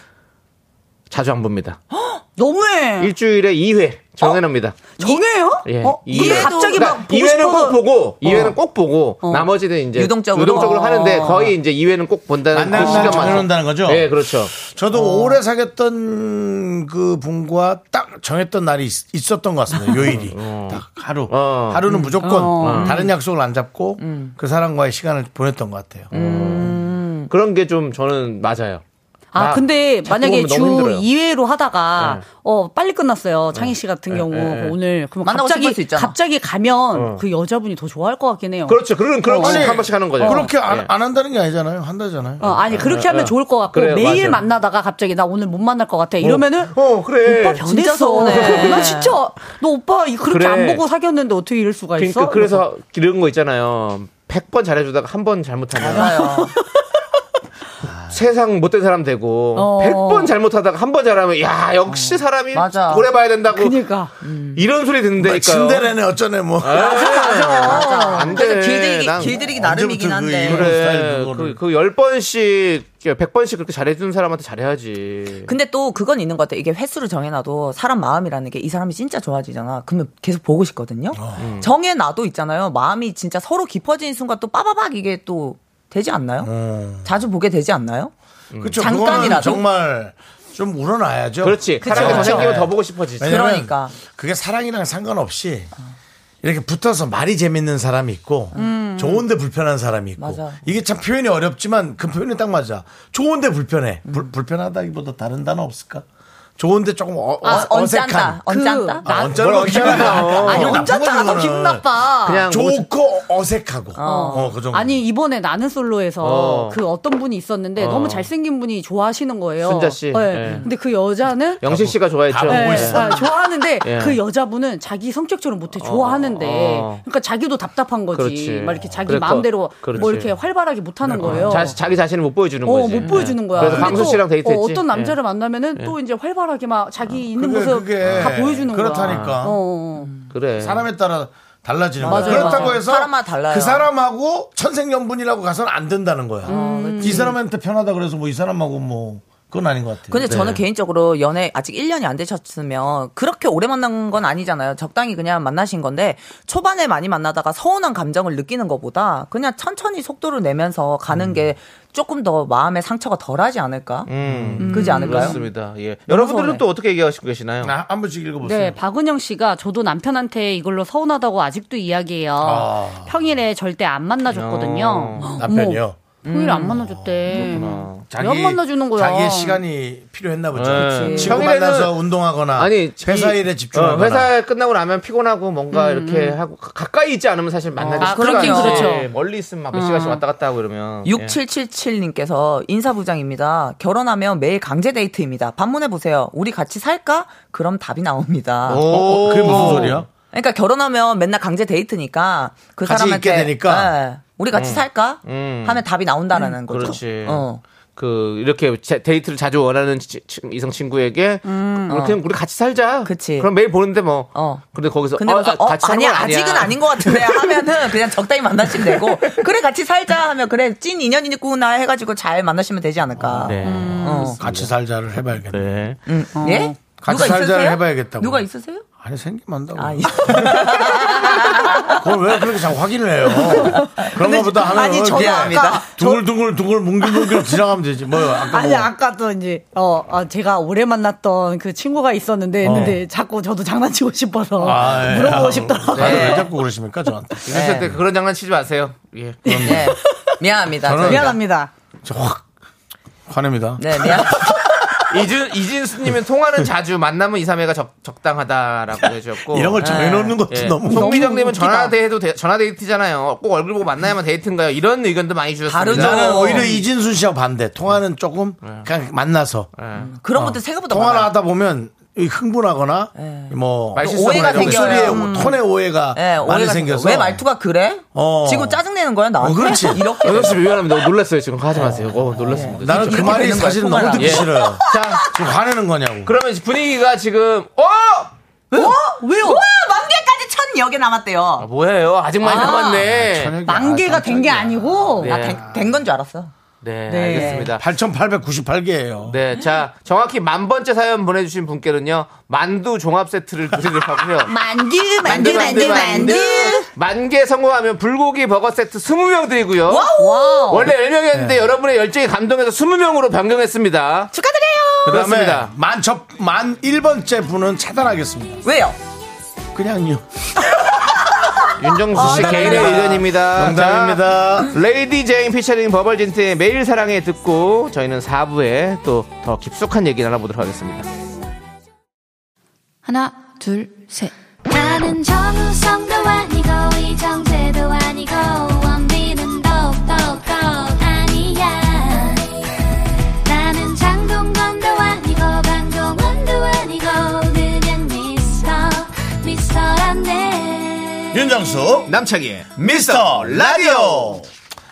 B: 자주 안 봅니다.
I: 어? 너무해.
B: 일주일에 2회 정해놉니다.
I: 정해요?
B: 예.
I: 어? 이게 갑자기 막 보고
B: 2회는
I: 싶어서
B: 그러니까
I: 어.
B: 꼭 보고, 2회는 꼭 보고, 나머지는 이제
G: 유동적으로?
B: 하는데 거의 이제 2회는 꼭 본다는 그
A: 만나는 날
B: 시간만.
A: 정해놓는다는 거죠?
B: 예, 그렇죠.
A: 저도 오래 사귀었던 그 분과 딱 정했던 날이 있, 었던것 같습니다. 요일이 딱 하루
B: 어. 음.
A: 하루는 무조건 다른 약속을 안 잡고 그 사람과의 시간을 보냈던 것 같아요.
B: 음.
A: 음.
B: 그런 게 좀 저는 맞아요.
I: 음. 아,
B: 나
I: 근데
B: 자꾸
I: 만약에
B: 보면
I: 주
B: 너무 힘들어요. 네.
I: 2회로 하다가 어 빨리 끝났어요. 창희 씨 같은 경우 오늘 그럼
G: 만나고
I: 갑자기
G: 싶을 수 있잖아.
I: 갑자기 가면 그 여자분이 더 좋아할 것 같긴 해요.
B: 어. 그렇죠. 그런,
I: 어.
B: 그런
A: 아니,
B: 식으로 한 번씩 하는 거죠.
A: 그렇게 안,
B: 예.
A: 안 한다는 게 아니잖아요. 한다잖아요.
I: 어, 아니 그렇게 하면 좋을 것 같고
B: 네, 그래요, 맞아요.
I: 매일 만나다가 갑자기 나 오늘 못 만날 것 같아 이러면은
B: 어, 그래.
I: 오빠
G: 진짜
I: 변했어.
G: 서운해.
I: 나 진짜 너 오빠 이-
B: 그래.
I: 그렇게 안 보고 사귀었는데 어떻게 이럴 수가 있어?
B: 그러니까 그래서 이런 거 있잖아요. 100번 잘해주다가 한 번 잘못하면
G: 맞아요.
B: 세상 못된 사람 되고
I: 어.
B: 100번 잘못하다가 한 번 잘하면 야 역시 사람이
G: 맞아.
B: 오래 봐야 된다고
I: 그러니까
B: 이런 소리 듣는다니까요. 아.
A: 침대래네 어쩌네 뭐.
B: 맞아. 안 돼.
G: 그래서 길들이기,
B: 난뭐
G: 길들이기
A: 언제부터
G: 나름이긴
A: 그
G: 한데.
A: 이거를- 스타일
B: 그래.
A: 그거를.
B: 그 열 번씩, 백 번씩 그렇게 잘해주는 사람한테 잘해야지.
G: 근데 또 그건 있는 것 같아. 이게 횟수를 정해놔도 사람 마음이라는 게 이 사람이 진짜 좋아지잖아. 그러면 계속 보고 싶거든요. 음. 정해놔도 있잖아요. 마음이 진짜 서로 깊어지는 순간 또 빠바박 이게 또 되지 않나요? 자주 보게 되지 않나요?
A: 그렇죠.
G: 잠깐이라도?
A: 그거는 정말 좀 우러나야죠.
B: 음. 그렇지. 사람이 더
A: 그렇죠.
B: 생기면 더 보고 싶어지지.
A: 왜냐면
G: 그러니까.
A: 그게 사랑이랑 상관없이 이렇게 붙어서 말이 재밌는 사람이 있고 좋은데 불편한 사람이 있고
G: 음. 맞아.
A: 이게 참 표현이 어렵지만 그 표현이 딱 맞아. 좋은데 불편해.
G: 음.
A: 불, 불편하다기보다 다른 단어 없을까? 좋은데 조금 어,
G: 아,
A: 어, 색한
G: 언짢다. 언짢다.
A: 아, 언짢은
B: 뭘
A: 건 기분
B: 언짢아.
A: 나빠.
G: 아니,
A: 나쁜
G: 언짢다가 더
A: 거지,
G: 기분
A: 그거는.
G: 나빠.
B: 어. 그냥 뭐
A: 좋고 어색하고. 어, 그 정도.
I: 아니 이번에 나는 솔로에서
B: 어.
I: 그 어떤 분이 있었는데 너무 잘생긴 분이 좋아하시는 거예요.
B: 순자 씨. 예.
I: 근데 그 여자는
B: 영식 씨가 좋아했죠. 네.
A: 다 보고
I: 예,
A: 있어.
I: 아, 좋아하는데
B: 예.
I: 그 여자분은 자기 성격처럼 못해 좋아하는데
B: 어.
I: 그러니까 자기도 답답한 거지
B: 그렇지.
I: 막 이렇게 자기
B: 그래, 거-
I: 마음대로 뭐
B: 그렇지. 네.
I: 이렇게 활발하게 못하는 거예요.
B: 자, 자기 자신을 못 보여주는
I: 어,
B: 거지. 네.
I: 못 보여주는 거야.
B: 그래서
I: 근데
B: 방수
I: 또,
B: 씨랑 데이트했지. 예.
I: 어, 떤 남자를 만나면은 또 이제 활발하게 막 자기 있는
A: 그게-
I: 모습
A: 그게
I: 다 보여주는 거야.
A: 그렇다니까.
I: 어, 어.
B: 예, 그래.
A: 사람에 따라 달라지는 거야.
I: 맞아요,
A: 그렇다고
G: 맞아요.
A: 해서
G: 사람마다 달라요.
A: 그 사람하고 천생연분이라고 가서는 안 된다는 거야.
G: 음,
A: 이 사람한테 편하다 그래서 뭐 이 사람하고 뭐 그건 아닌 것 같아요.
G: 근데
B: 네.
G: 저는 개인적으로 연애 아직 1년이 안 되셨으면 그렇게 오래 만난 건 아니잖아요. 적당히 그냥 만나신 건데 초반에 많이 만나다가 서운한 감정을 느끼는 것보다 그냥 천천히 속도를 내면서 가는
B: 음.
G: 게 조금 더 마음의 상처가 덜하지 않을까? 그지 않을까요?
B: 음. 그렇습니다. 예. 여러분들은
G: 서운해.
B: 또 어떻게 얘기하시고 계시나요?
A: 나 한 번씩 읽어보세요.
I: 네, 박은영 씨가 저도 남편한테 이걸로 서운하다고 아직도 이야기해요.
A: 아.
I: 평일에 절대 안 만나줬거든요. 어머,
G: 뭐,
A: 남편이요.
I: 평일에
B: 음.
I: 안 만나줬대.
B: 아.
A: 자기,
I: 안 만나주는 거야?
A: 자기의 시간이 필요했나 보죠.
B: 네.
A: 친구
B: 평일에는-
A: 만나서 운동하거나
B: 아니
A: 회사
B: 이-
A: 일에
B: 어,
A: 집중하거나
B: 회사 끝나고 나면 피곤하고 뭔가 이렇게 하고 가- 가까이 있지 않으면 사실 만나기
I: 아,
B: 쉽지가
I: 그렇긴
B: 않지. 예,
I: 그렇죠.
B: 멀리 있으면 막몇 시간씩 왔다 갔다 하고 이러면 예.
G: 6777님께서 인사부장입니다. 결혼하면 매일 강제 데이트입니다. 반문해 보세요. 우리 같이 살까? 그럼 답이 나옵니다.
B: 예.
A: 어, 어, 그게 무슨
B: 오.
A: 소리야?
G: 그러니까 결혼하면 맨날 강제 데이트니까 그
A: 같이
G: 사람한테
A: 있게 되니까? 음,
G: 예, 우리 같이 살까
B: 음.
G: 하면 답이 나온다라는 거죠.
B: 그렇지.
G: 어.
B: 그 이렇게 제- 데이트를 자주 원하는 치- 치- 이성 친구에게 우리 음. 어. 그냥 우리 같이 살자.
G: 그치.
B: 럼 매일 보는데 뭐.
G: 어.
B: 근데 거기서
G: 근데
B: 어,
G: 그래서
B: 아,
G: 어,
B: 같이
G: 아니야,
B: 하는 건
G: 아직은 아닌 것 같은데 하면은 그냥 적당히 만나시면 되고 그래 같이 살자 하면 그래 찐 인연이구나 해가지고 잘 만나시면 되지
A: 아,
G: 않을까.
B: 네.
I: 음.
G: 어.
A: 같이 살자를 해봐야겠네.
B: 네.
G: 음,
I: 어.
G: 예?
A: 같이
G: 누가
A: 살자를
G: 있으세요?
A: 해봐야겠다고.
G: 누가 있으세요?
A: 아니 생기면 한다고.
G: 아,
A: 그걸 왜 그렇게 자꾸 확인을 해요? 그런 것보다 하면
G: 아니, 저도 아까
A: 둥글둥글 둥글 뭉글뭉글 지나가면 되지. 뭐 아까
I: 아니
A: 뭐
I: 아까 또 이제 어 아, 제가 오래 만났던 그 친구가 있었는데 했는데 자꾸 저도 장난치고 싶어서
A: 아, 예.
I: 물어보고
A: 아,
I: 싶더라고요.
A: 다들 왜 자꾸 그러십니까 저한테?
B: 예. 이랬을 때 그런 장난 치지 마세요. 예.
G: 네. 미안합니다.
A: 저는-
G: 저희가.
I: 미안합니다.
A: 저확 화냅니다.
G: 네, 미안.
B: 이준 이진수님은 통화는 자주 만남은 2, 3회가 적, 적당하다라고 해주셨고
A: 이런 걸 정해놓는 것도
B: 예.
A: 너무
B: 송미정님은 전화 데이도 전화 데이트잖아요. 꼭 얼굴 보고 만나야만 데이트인가요? 이런 의견도 많이 주셨습니다.
G: 다르죠.
A: 나는 오히려 이진순 씨와 반대. 통화는 조금 그냥 만나서
G: 그런 것도 생각보다
A: 통화를
G: 많아.
A: 하다 보면 이 흥분하거나 뭐
B: 말실수
G: 오해가
B: 보내는 거.
G: 생겨요.
A: 목소리에 톤의 오해가
G: 예,
A: 많이
G: 오해가
A: 생겨서
G: 왜 말투가 그래?
A: 어.
G: 지금 짜증 내는 거야 나한테?
A: 어, 그렇지.
G: 이렇게.
B: 여섯 씨 미안합니다. 너무 놀랐어요. 지금 하지 마세요. 어, 놀랐습니다.
A: 나는 그
G: 이렇게
A: 말이
G: 되는 거야,
A: 사실은 너무
G: 통화가.
A: 듣기
B: 예.
A: 싫어요. 그렇죠.
B: 자,
A: 지금 화내는 거냐고.
B: 그러면 이제 분위기가 지금 어
G: 어? 왜요? 와, 만개까지 천 여개 남았대요.
B: 뭐예요? 아직 많이
G: 아,
B: 남았네.
I: 만개가 된 게 아니고
B: 네.
G: 된 건 줄 알았어.
B: 네,
I: 네.
B: 알겠습니다.
A: 8,898개예요.
B: 네, 자 정확히 만 번째 사연 보내주신 분께는요 만두 종합 세트를 드리도록 하고요.
I: 만두
B: 만두 만두 만두 만개 성공하면 불고기 버거 세트 20명 드리고요.
G: 와우.
B: 원래 10명이었는데 여러분의 열정이 감동해서 20명으로 변경했습니다.
G: 축하드려요.
A: 그다음에
B: 그렇습니다.
A: 만첩만 1번째 분은 차단하겠습니다.
G: 왜요?
A: 그냥요.
B: 윤정수
G: 어,
B: 씨 개인의
A: 아,
B: 의견입니다.
A: 농담입니다.
B: 자, 레이디 제인 피처링 버벌진트의 매일 사랑해 듣고 저희는 4부에 또 더 깊숙한 얘기 나눠보도록 하겠습니다.
D: 하나, 둘, 셋. 나는 정우성도 아니고, 이정재도 아니고, 원빈은 더욱더 아니야. 나는 장동건도 아니고, 방종원도 아니고, 그냥 미스터, 미스터란데.
A: 윤정수
J: 남창희의
A: 미스터 라디오.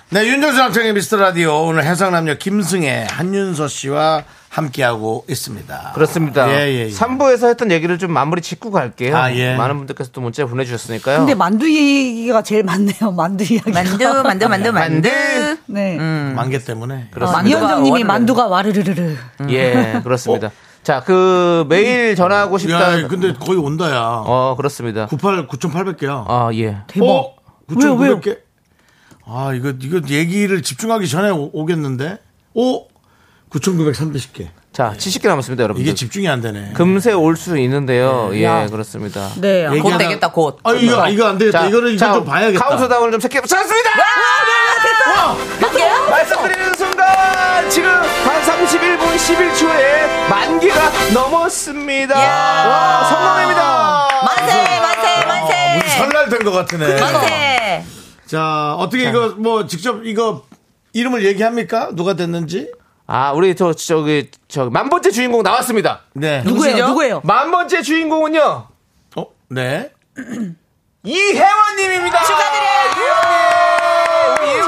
A: 네, 윤정수 남창의 미스터 라디오 오늘 해상남녀 김승혜 한윤서 씨와 함께하고 있습니다.
B: 그렇습니다.
A: 예, 예, 예.
B: 3부에서 했던 얘기를 좀 마무리 짓고 갈게요.
A: 아, 예.
B: 많은 분들께서 또 문자 보내주셨으니까요.
I: 근데 만두 얘기가 제일 많네요. 만두 이야기.
G: 만두, 만두, 만두, 어, 만두.
I: 네.
A: 음, 만개 때문에.
B: 어,
I: 아, 이현정님이 만두가 와르르르르.
B: 예,
I: 음.
B: 그렇습니다. 자, 그 매일 전화하고 싶다.
A: 어? 야, 근데 거의 온다야.
B: 어, 그렇습니다.
A: 98 9,800개야.
B: 아, 예.
I: 대박.
A: 어?
I: 왜요, 왜요?
A: 9,900개. 아, 이거 이거 얘기를 집중하기 전에 오, 겠는데 오. 9,930개.
B: 자, 70개 남았습니다, 여러분.
A: 이게
B: 들
A: 집중이 안 되네.
B: 금세 올 수 있는데요. 예, 그렇습니다.
I: 네.
A: 얘기
G: 곧
A: 하나-
G: 되겠다, 곧.
A: 아, 이거 이거 안 되겠다. 이거는 이거 좀 봐야겠다.
B: 카운트다운을 좀 체크해 보셨습니다.
G: 아, 네, 만개요?
B: 말씀드리는 순간 지금 한 31분 11초에 만기가 넘었습니다.
G: 이야.
B: 와, 성공입니다.
G: 만세, 만세,
A: 아, 무슨
G: 만세.
A: 설날 된 것 같으네.
G: 만세.
A: 자, 어떻게 이거 뭐 직접 이거 이름을 얘기합니까? 누가 됐는지?
B: 아, 우리 저 저기 저기 만 번째 주인공 나왔습니다.
A: 네.
I: 누구예요? 누구예요?
B: 만 번째 주인공은요.
A: 어? 네.
B: 이혜원 님입니다. 축하드려요. 이혜원 님.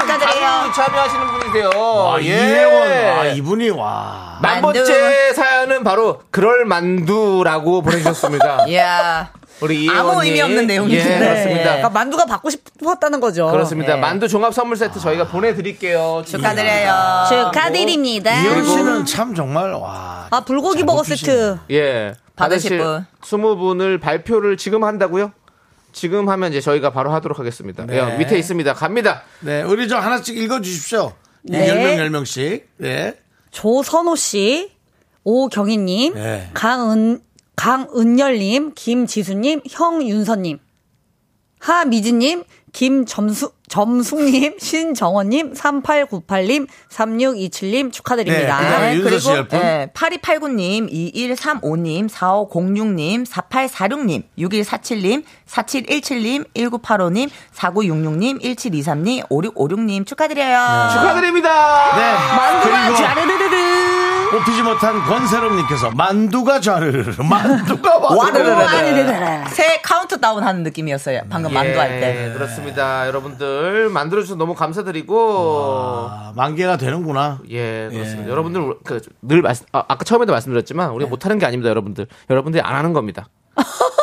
B: 자주
G: 축하드려요.
B: 참여하시는 분이세요.
A: 아,
B: 예.
A: 이혜원. 아, 이분이 와.
B: 만
G: 만두.
B: 번째 사연은 바로 그럴 만두라고 보내주셨습니다.
G: 이야.
B: 우리
G: 예. 아무
B: 이혜원님.
G: 의미 없는 내용이죠.
B: 예,
G: 네.
B: 그렇습니다.
I: 그러니까 만두가 받고 싶었다는 거죠.
B: 그렇습니다.
G: 예.
B: 만두 종합 선물 세트 저희가 보내드릴게요.
A: 아,
G: 축하드려요.
K: 축하드립니다.
A: 이혜원 씨는 참 정말 와.
I: 네. 아 불고기 버거 세트.
B: 예.
G: 받으실 분.
B: 20분을 발표를 지금 한다고요? 지금 하면 이제 저희가 바로 하도록 하겠습니다. 예, 밑에 있습니다. 갑니다.
A: 네, 우리 저 하나씩 읽어 주십시오. 네. 10명 10명씩. 네.
K: 조선호 씨, 오경희님,
A: 네.
K: 강은 강은열님, 김지수님, 형윤서님, 하미진님, 김점수 점숙님, 신정원님, 3898님, 3627님 축하드립니다.
A: 네, 그다음에 윤서 씨
G: 아, 그리고
A: 열 분.
G: 예, 8289님, 2135님, 4506님, 4846님, 6147님, 4717님, 1985님, 4966님, 1723님, 5656님 축하드려요.
B: 축하드립니다.
A: 네.
G: 만두가
A: 그리고
G: 자르르르르.
A: 뽑히지 못한 권세롬님께서 만두가 좌르르 만두가
G: 네. 와르르르. 새 카운트다운 하는 느낌이었어요. 방금
B: 예.
G: 만두 할 때.
B: 그렇습니다. 여러분들 만들어주셔서 너무 감사드리고
A: 아, 만개가 되는구나.
B: 예, 그렇습니다. 여러분들 그 늘 말씀 아, 아까 처음에도 말씀드렸지만
G: 네.
B: 우리가 못하는 게 아닙니다, 여러분들. 여러분들이 안 하는 겁니다.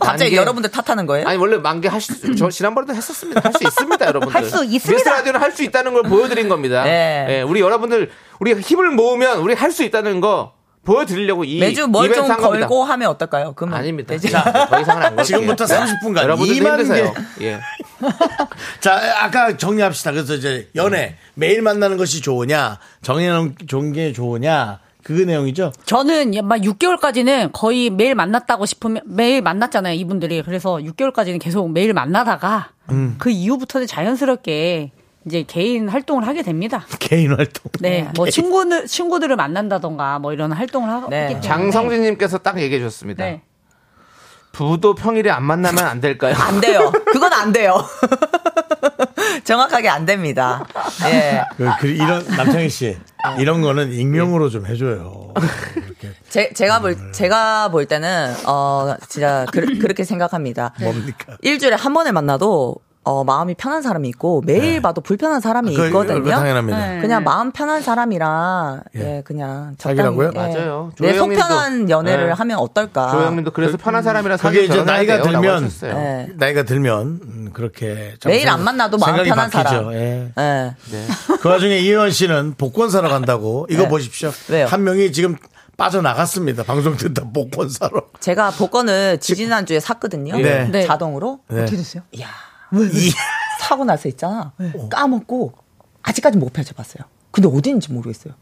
G: 갑자기
B: 만개-
G: 여러분들 탓하는 거예요?
B: 아니 원래 만개 할수 저 지난번에도 했었습니다. 할 수 있습니다, 여러분들.
G: 할수 있습니다.
B: 미스 라디오는 할 수 있다는 걸 보여드린 겁니다.
G: 예.
B: 예, 우리 여러분들 우리가 힘을 모으면 우리 할 수 있다는 거 보여드리려고 이
G: 매주 뭘 좀
B: 이벤트 한 겁니다.
G: 걸고 하면 어떨까요? 그러면
B: 아닙니다. 자, 더 이상은 안 걸게요.
A: 지금부터 30분간
B: 여러분들도
A: 2만
B: 힘드세요.
A: 개.
B: 예.
A: 자, 아까 정리합시다. 그래서 이제 연애 매일 만나는 것이 좋으냐, 정해놓은 종게 좋으냐 그 내용이죠.
I: 저는 예, 막 6개월까지는 거의 매일 만났다고 싶으면 매일 만났잖아요 이분들이 그래서 6개월까지는 계속 매일 만나다가
A: 음.
I: 그 이후부터는 자연스럽게 이제 개인 활동을 하게 됩니다.
A: 개인 활동.
I: 네, 뭐
A: 개인.
I: 친구들 친구들을 만난다던가 뭐 이런 활동을 하기 때문에
B: 어. 장성진님께서 딱 얘기해 주셨습니다.
I: 네.
B: 부도 평일에 안 만나면 안 될까요?
G: 안 돼요. 그건 안 돼요. 정확하게 안 됩니다. 예.
A: 그, 그 이런 남창희 씨 이런 거는 익명으로 좀 해줘요. 이렇게
G: 제, 제가
A: 음.
G: 볼, 제가 볼 때는, 어, 진짜, 그, 렇게 생각합니다.
A: 뭡니까?
G: 일주일에 한 번에 만나도, 어, 마음이 편한 사람이 있고, 매일 봐도 불편한 사람이
A: 네. 그,
G: 있거든요.
A: 당연합니다.
B: 네.
G: 그냥 마음 편한 사람이랑,
A: 예.
G: 예, 그냥.
A: 사귀라고요?
G: 적당히, 예.
B: 맞아요.
G: 내
B: 조혜영님도-
G: 속편한 연애를
B: 예.
G: 하면 어떨까.
B: 조영님도 그래서 편한 사람이랑
A: 아. 그게
B: 사귀
A: 이제 나이가 들면
B: 네.
G: 예.
A: 나이가 들면 음, 그렇게 참
G: 매일
A: 생각-
G: 안 만나도 마음
A: 생각이
G: 편한
A: 바뀌죠.
G: 사람.
A: 예.
G: 예.
A: 그 와중에 이현 씨는 복권 사러 간다고 이거
G: 네.
A: 보십시오.
G: 왜요?
A: 한 명이 지금 빠져나갔습니다. 방송 듣다 복권 사러.
G: 제가 복권을 지지난주에 샀거든요.
A: 네.
I: 네.
G: 자동으로.
A: 네.
G: 어떻게 됐어요? 네. 이야. 사고 나서 있잖아. 까먹고 아직까지 못 펼쳐봤어요. 근데 어디인지 모르겠어요.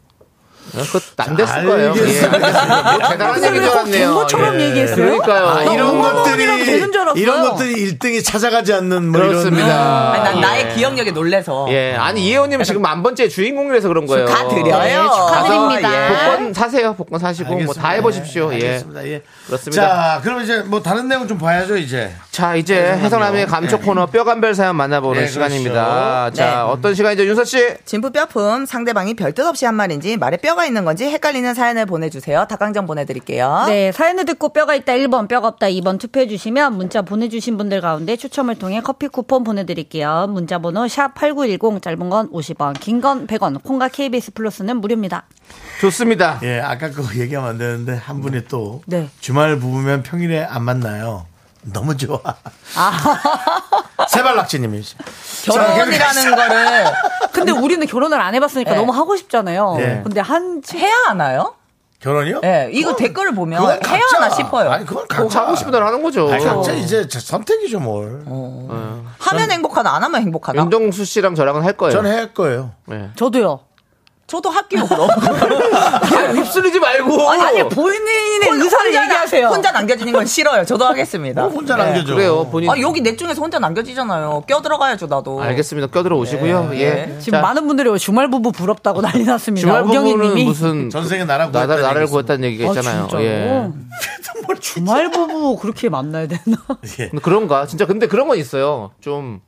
B: 그거 안 됐을 거예요.
A: 알겠습니다.
B: 예. 뭐 대단한 얘기 줄 알았네요.
I: 정보처럼
B: 예.
I: 얘기했어요.
B: 그러니까요.
A: 아, 이런 것들이
I: 되는 줄 알았어요.
A: 이런 것들이 1등이 찾아가지 않는 뭐
B: 그렇습니다.
G: 아니, 난
B: 예.
G: 나의 기억력에 놀래서.
B: 예, 아니 이혜원님 지금 만 번째 주인공이라서 그런 거예요.
G: 축하드려요.
B: 예,
G: 축하드립니다.
B: 가서 복권 사세요. 복권 사시고
A: 이런
B: 뭐 다 해보십시오.
A: 예,
B: 예,
A: 알겠습니다. 예.
B: 그렇습니다.
A: 자, 그럼 이제 뭐 다른 내용 좀 봐야죠 이제.
B: 자, 이제 해성남의 감초 코너 뼈간별 사연 만나보는
A: 예. 네,
B: 시간입니다. 자,
G: 네.
B: 어떤 시간이죠, 윤서 씨?
G: 진부 뼈품 상대방이 별뜻 없이 한 말인지 말에 뼈가 있는 건지 헷갈리는 사연을 보내주세요. 닭강정 보내드릴게요.
L: 네, 사연을 듣고 뼈가 있다 1번, 뼈가 없다 2번 투표해 주시면 문자 보내주신 분들 가운데 추첨을 통해 커피 쿠폰 보내드릴게요. 문자 번호 샵8910 짧은 건 50원, 긴 건 100원, 콩과 KBS 플러스는 무료입니다.
B: 좋습니다.
A: 예, 아까 그거 얘기하면 안 되는데 한 분이 또
L: 네.
A: 주말 부부면 평일에 안 만나요. 너무 좋아. 세발낙지님이
G: 결혼이라는 거를
I: 근데 우리는 결혼을 안 해봤으니까
G: 네.
I: 너무 하고 싶잖아요.
A: 네.
I: 근데 한
G: 해야 하나요?
A: 결혼이요?
G: 예, 이거 댓글을 보면
A: 그건
G: 해야
A: 각자.
G: 하나 싶어요.
A: 아니 그건
B: 뭐
A: 각자
B: 하고 싶은 대로 하는 거죠. 어. 네.
A: 아니, 각자 이제 저 선택이죠 뭘.
G: 하면 행복하다, 안 하면 행복하다.
B: 윤정수 씨랑 저랑은 할 거예요.
A: 아, 저는 할 거예요.
B: 예.
I: 저도요.
G: 저도 할게요, 그럼.
B: 아, 휩쓸리지 말고.
I: 아니, 뭐- 아니 본인의 의사를
G: 혼자 나-
I: 얘기하세요.
G: 혼자 남겨지는 건 싫어요. 저도 하겠습니다.
A: 뭐 혼자 남겨줘.
B: 아, 네, 그래요, 본인.
A: 예.
G: 아, 여기 넷 중에서 혼자 남겨지잖아요. 껴들어가야죠, 나도.
B: 알겠습니다. 껴들어 오시고요. 예.
I: 네. 지금
B: 자,
I: 많은 분들이 주말 부부 부럽다고 난리 났습니다.
B: 주말 부부는
I: 오경희님이
B: 무슨
A: 전생에 나라
B: 나
A: 구했다는
B: 나를
A: 얘기죠.
B: 구했다는 얘기가 있잖아요. 예.
I: 주말 부부 그렇게 만나야 되나?
B: 근데 그런가? 진짜 근데 그런 건 있어요. 좀.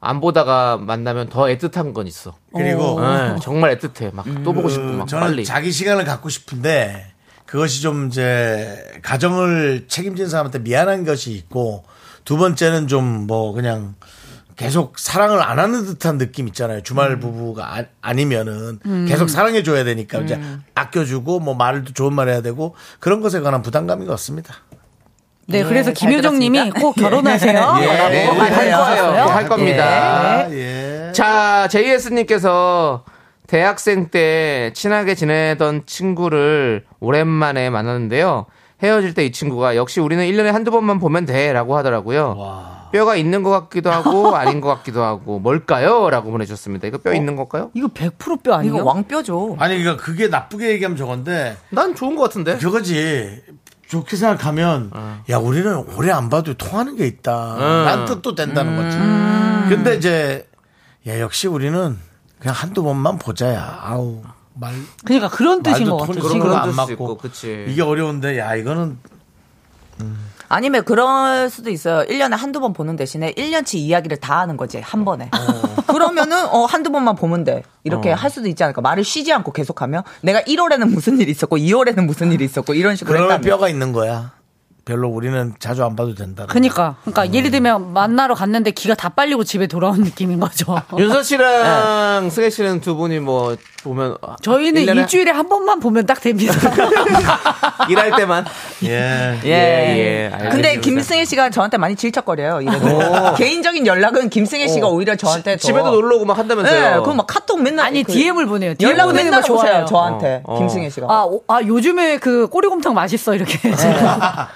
B: 안 보다가 만나면 더 애틋한 건 있어.
A: 그리고
B: 예, 정말 애틋해. 막 또 보고 싶고
A: 그,
B: 막
A: 저는
B: 빨리.
A: 자기 시간을 갖고 싶은데 그것이 좀 이제 가정을 책임진 사람한테 미안한 것이 있고 두 번째는 좀 뭐 그냥 계속 사랑을 안 하는 듯한 느낌 있잖아요.
B: 음.
A: 주말 부부가 아, 니면은 계속 사랑해 줘야 되니까 이제
B: 음.
A: 아껴주고 뭐 말도 좋은 말 해야 되고 그런 것에 관한 부담감인 것 같습니다.
I: 네,
G: 예,
I: 그래서
G: 잘
I: 김효정님이
G: 들었습니다.
I: 꼭 결혼하세요.
A: 예.
B: 네, 우리 할 거예요. 할 겁니다.
A: 아, 예.
B: 자, JS님께서 대학생 때 친하게 지내던 친구를 오랜만에 만났는데요. 헤어질 때 이 친구가 역시 우리는 1년에 한두 번만 보면 돼 라고 하더라고요. 뼈가 있는 것 같기도 하고 아닌 것 같기도 하고 뭘까요? 라고 보내주셨습니다. 이거 뼈 있는 걸까요?
I: 이거 100%뼈 아니에요?
G: 이거 왕뼈죠.
A: 아니 그러니까 그게 나쁘게 얘기하면 저건데
B: 난 좋은 것 같은데.
A: 그거지. 좋게 생각하면
B: 어.
A: 야 우리는 오래 안 봐도 통하는 게 있다. 라는 뜻도 된다는
B: 음.
A: 거지. 근데 이제 야 역시 우리는 그냥 한두 번만 보자야. 아우 말
I: 그러니까 그런 뜻인
A: 말도
I: 것
A: 톤이
I: 같아요.
A: 그런
B: 그런
A: 거안
B: 뜻일 수
A: 맞고
B: 있고, 그치.
A: 이게 어려운데 야 이거는
G: 아니면 그럴 수도 있어요. 1년에 한두 번 보는 대신에 1년치 이야기를 다 하는 거지, 한 번에. 그러면은, 어, 한두 번만 보면 돼. 이렇게
M: 어.
G: 할 수도 있지 않을까. 말을 쉬지 않고 계속하면 내가 1월에는 무슨 일이 있었고, 2월에는 무슨 일이 있었고, 이런 식으로
A: 그러면
G: 했다면.
A: 뼈가 있는 거야. 별로 우리는 자주 안 봐도 된다.
I: 그니까. 그러니까 예를 들면 만나러 갔는데 기가 다 빨리고 집에 돌아온 느낌인 거죠.
B: 윤서 씨랑 승혜 씨는 두 분이 뭐 보면 아,
I: 저희는
B: 1년에
I: 일주일에 한 번만 보면 딱 됩니다.
B: 일할 때만
A: 예.
B: 예, 예.
G: 근데
B: 알겠습니다.
G: 김승혜 씨가 저한테 많이 질척거려요.
B: 오.
G: 이래서. 개인적인 연락은 김승혜 씨가
B: 어.
G: 오히려 저한테 예,
B: 지- 집에도 놀러 오고 막 한다면서요.
G: 그럼 막 카톡 맨날
I: 아니
G: 그-
I: DM을 보내요. DM
G: 연락
I: 보내는
G: 맨날
I: 거 좋아해요.
G: 오세요, 저한테.
B: 어, 어.
G: 김승혜 씨가.
I: 아, 오- 아 요즘에 그 꼬리곰탕 맛있어 이렇게.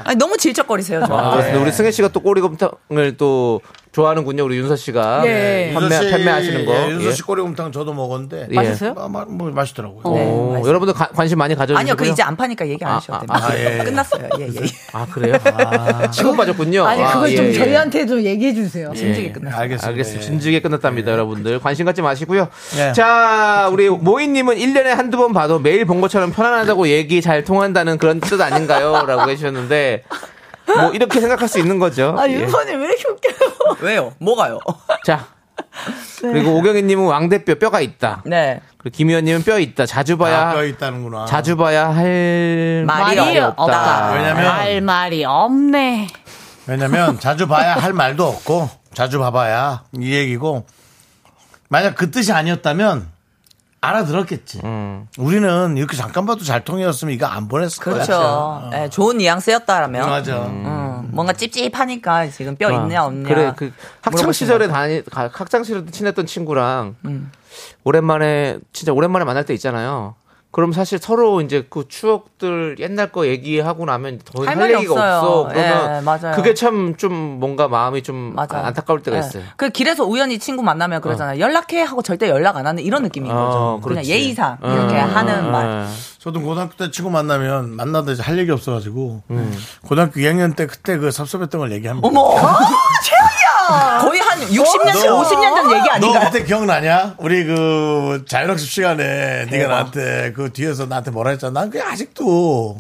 G: 아니, 너무 질척거리세요,
B: 아,
G: 저한테.
B: 그렇습니다.
A: 네.
B: 우리 승혜 씨가 또 꼬리곰탕을 또 좋아하는군요. 우리 윤서 씨가 네,
A: 예.
B: 판매
A: 윤서 씨,
B: 판매하시는 거.
A: 예, 윤서
B: 예.
A: 씨 꼬리곰탕 저도 먹었는데
B: 예. 맛있어요? 어.
A: 아, 마- 뭐 맛있더라고요.
B: 오, 여러분들 가- 관심 많이 가져주시고요.
G: 아니요, 그 이제 안 파니까 얘기 안 하셔도 됩니다.
B: 아, 예, 예.
G: 끝났어요. 예, 예.
B: 아 그래요? 치고 빠졌군요.
I: 아니
B: 아,
I: 그걸 좀
B: 예, 예.
I: 저희한테 좀 얘기해 주세요.
A: 알겠습니다.
B: 알겠습니다. 진지하게 끝났답니다, 여러분들. 관심 갖지 마시고요.
A: 예.
B: 자, 우리 모인님은 1년에 한두 번 봐도 매일 본 것처럼 편안하다고 얘기 잘 통한다는 그런 뜻 아닌가요? 라고 해주셨는데, 뭐, 이렇게 생각할 수 있는 거죠.
G: 아,
B: 예.
G: 윤선이 왜 이렇게 웃겨요? 왜요? 뭐가요?
B: 자. 그리고 오경희님은 왕대뼈 뼈가 있다.
G: 네.
B: 그리고 김희원님은 뼈 있다. 자주 봐야
A: 아, 뼈 있다는구나.
B: 자주 봐야 할
I: 말이 없다.
A: 왜냐면
I: 할 말이 없네.
A: 왜냐면 자주 봐야 할 말도 없고 자주 봐봐야 이 얘기고 만약 그 뜻이 아니었다면 알아들었겠지. 우리는 이렇게 잠깐 봐도 잘 통이었으면 이거 안 보냈을
G: 그렇죠.
B: 아,
A: 거야.
G: 예, 좋은 뉘앙스였다라면.
A: 맞아.
G: 음, 뭔가 찝찝하니까 지금 뼈
B: 아,
G: 있냐, 없냐.
B: 그래 그 학창
G: 물어보시는
B: 시절에 다니 가- 학창 시절에 친했던 친구랑
G: 음.
B: 오랜만에 진짜 오랜만에 만날 때 있잖아요. 그럼 사실 서로 이제 그 추억들 옛날 거 얘기하고 나면 더
G: 할
B: 할
G: 말이
B: 얘기가
G: 없어요.
B: 없어. 그러면
G: 예, 맞아요.
B: 그게 참 좀 뭔가 마음이 좀
G: 맞아요.
B: 안타까울 때가
G: 예.
B: 있어요.
G: 그 길에서 우연히 친구 만나면 그러잖아요. 연락해 하고 절대 연락 안 하는 이런 느낌인
B: 어,
G: 거죠. 그냥
B: 그렇지.
G: 예의상 이렇게
B: 음,
G: 하는
B: 음,
G: 말.
B: 음.
A: 저도 고등학교 때 친구 만나면 만나도 이제 할 얘기 없어가지고 고등학교 2학년 때 그때 그 섭섭했던 걸 얘기합니다.
G: 어머! 최악이야! 거의 한 60년 전, 50년 전 얘기
A: 너
G: 아닌가요?
A: 그때 기억나냐? 우리 그 자연학습 시간에 네가 나한테 그 뒤에서 나한테 뭐라 했잖아. 난 그게 아직도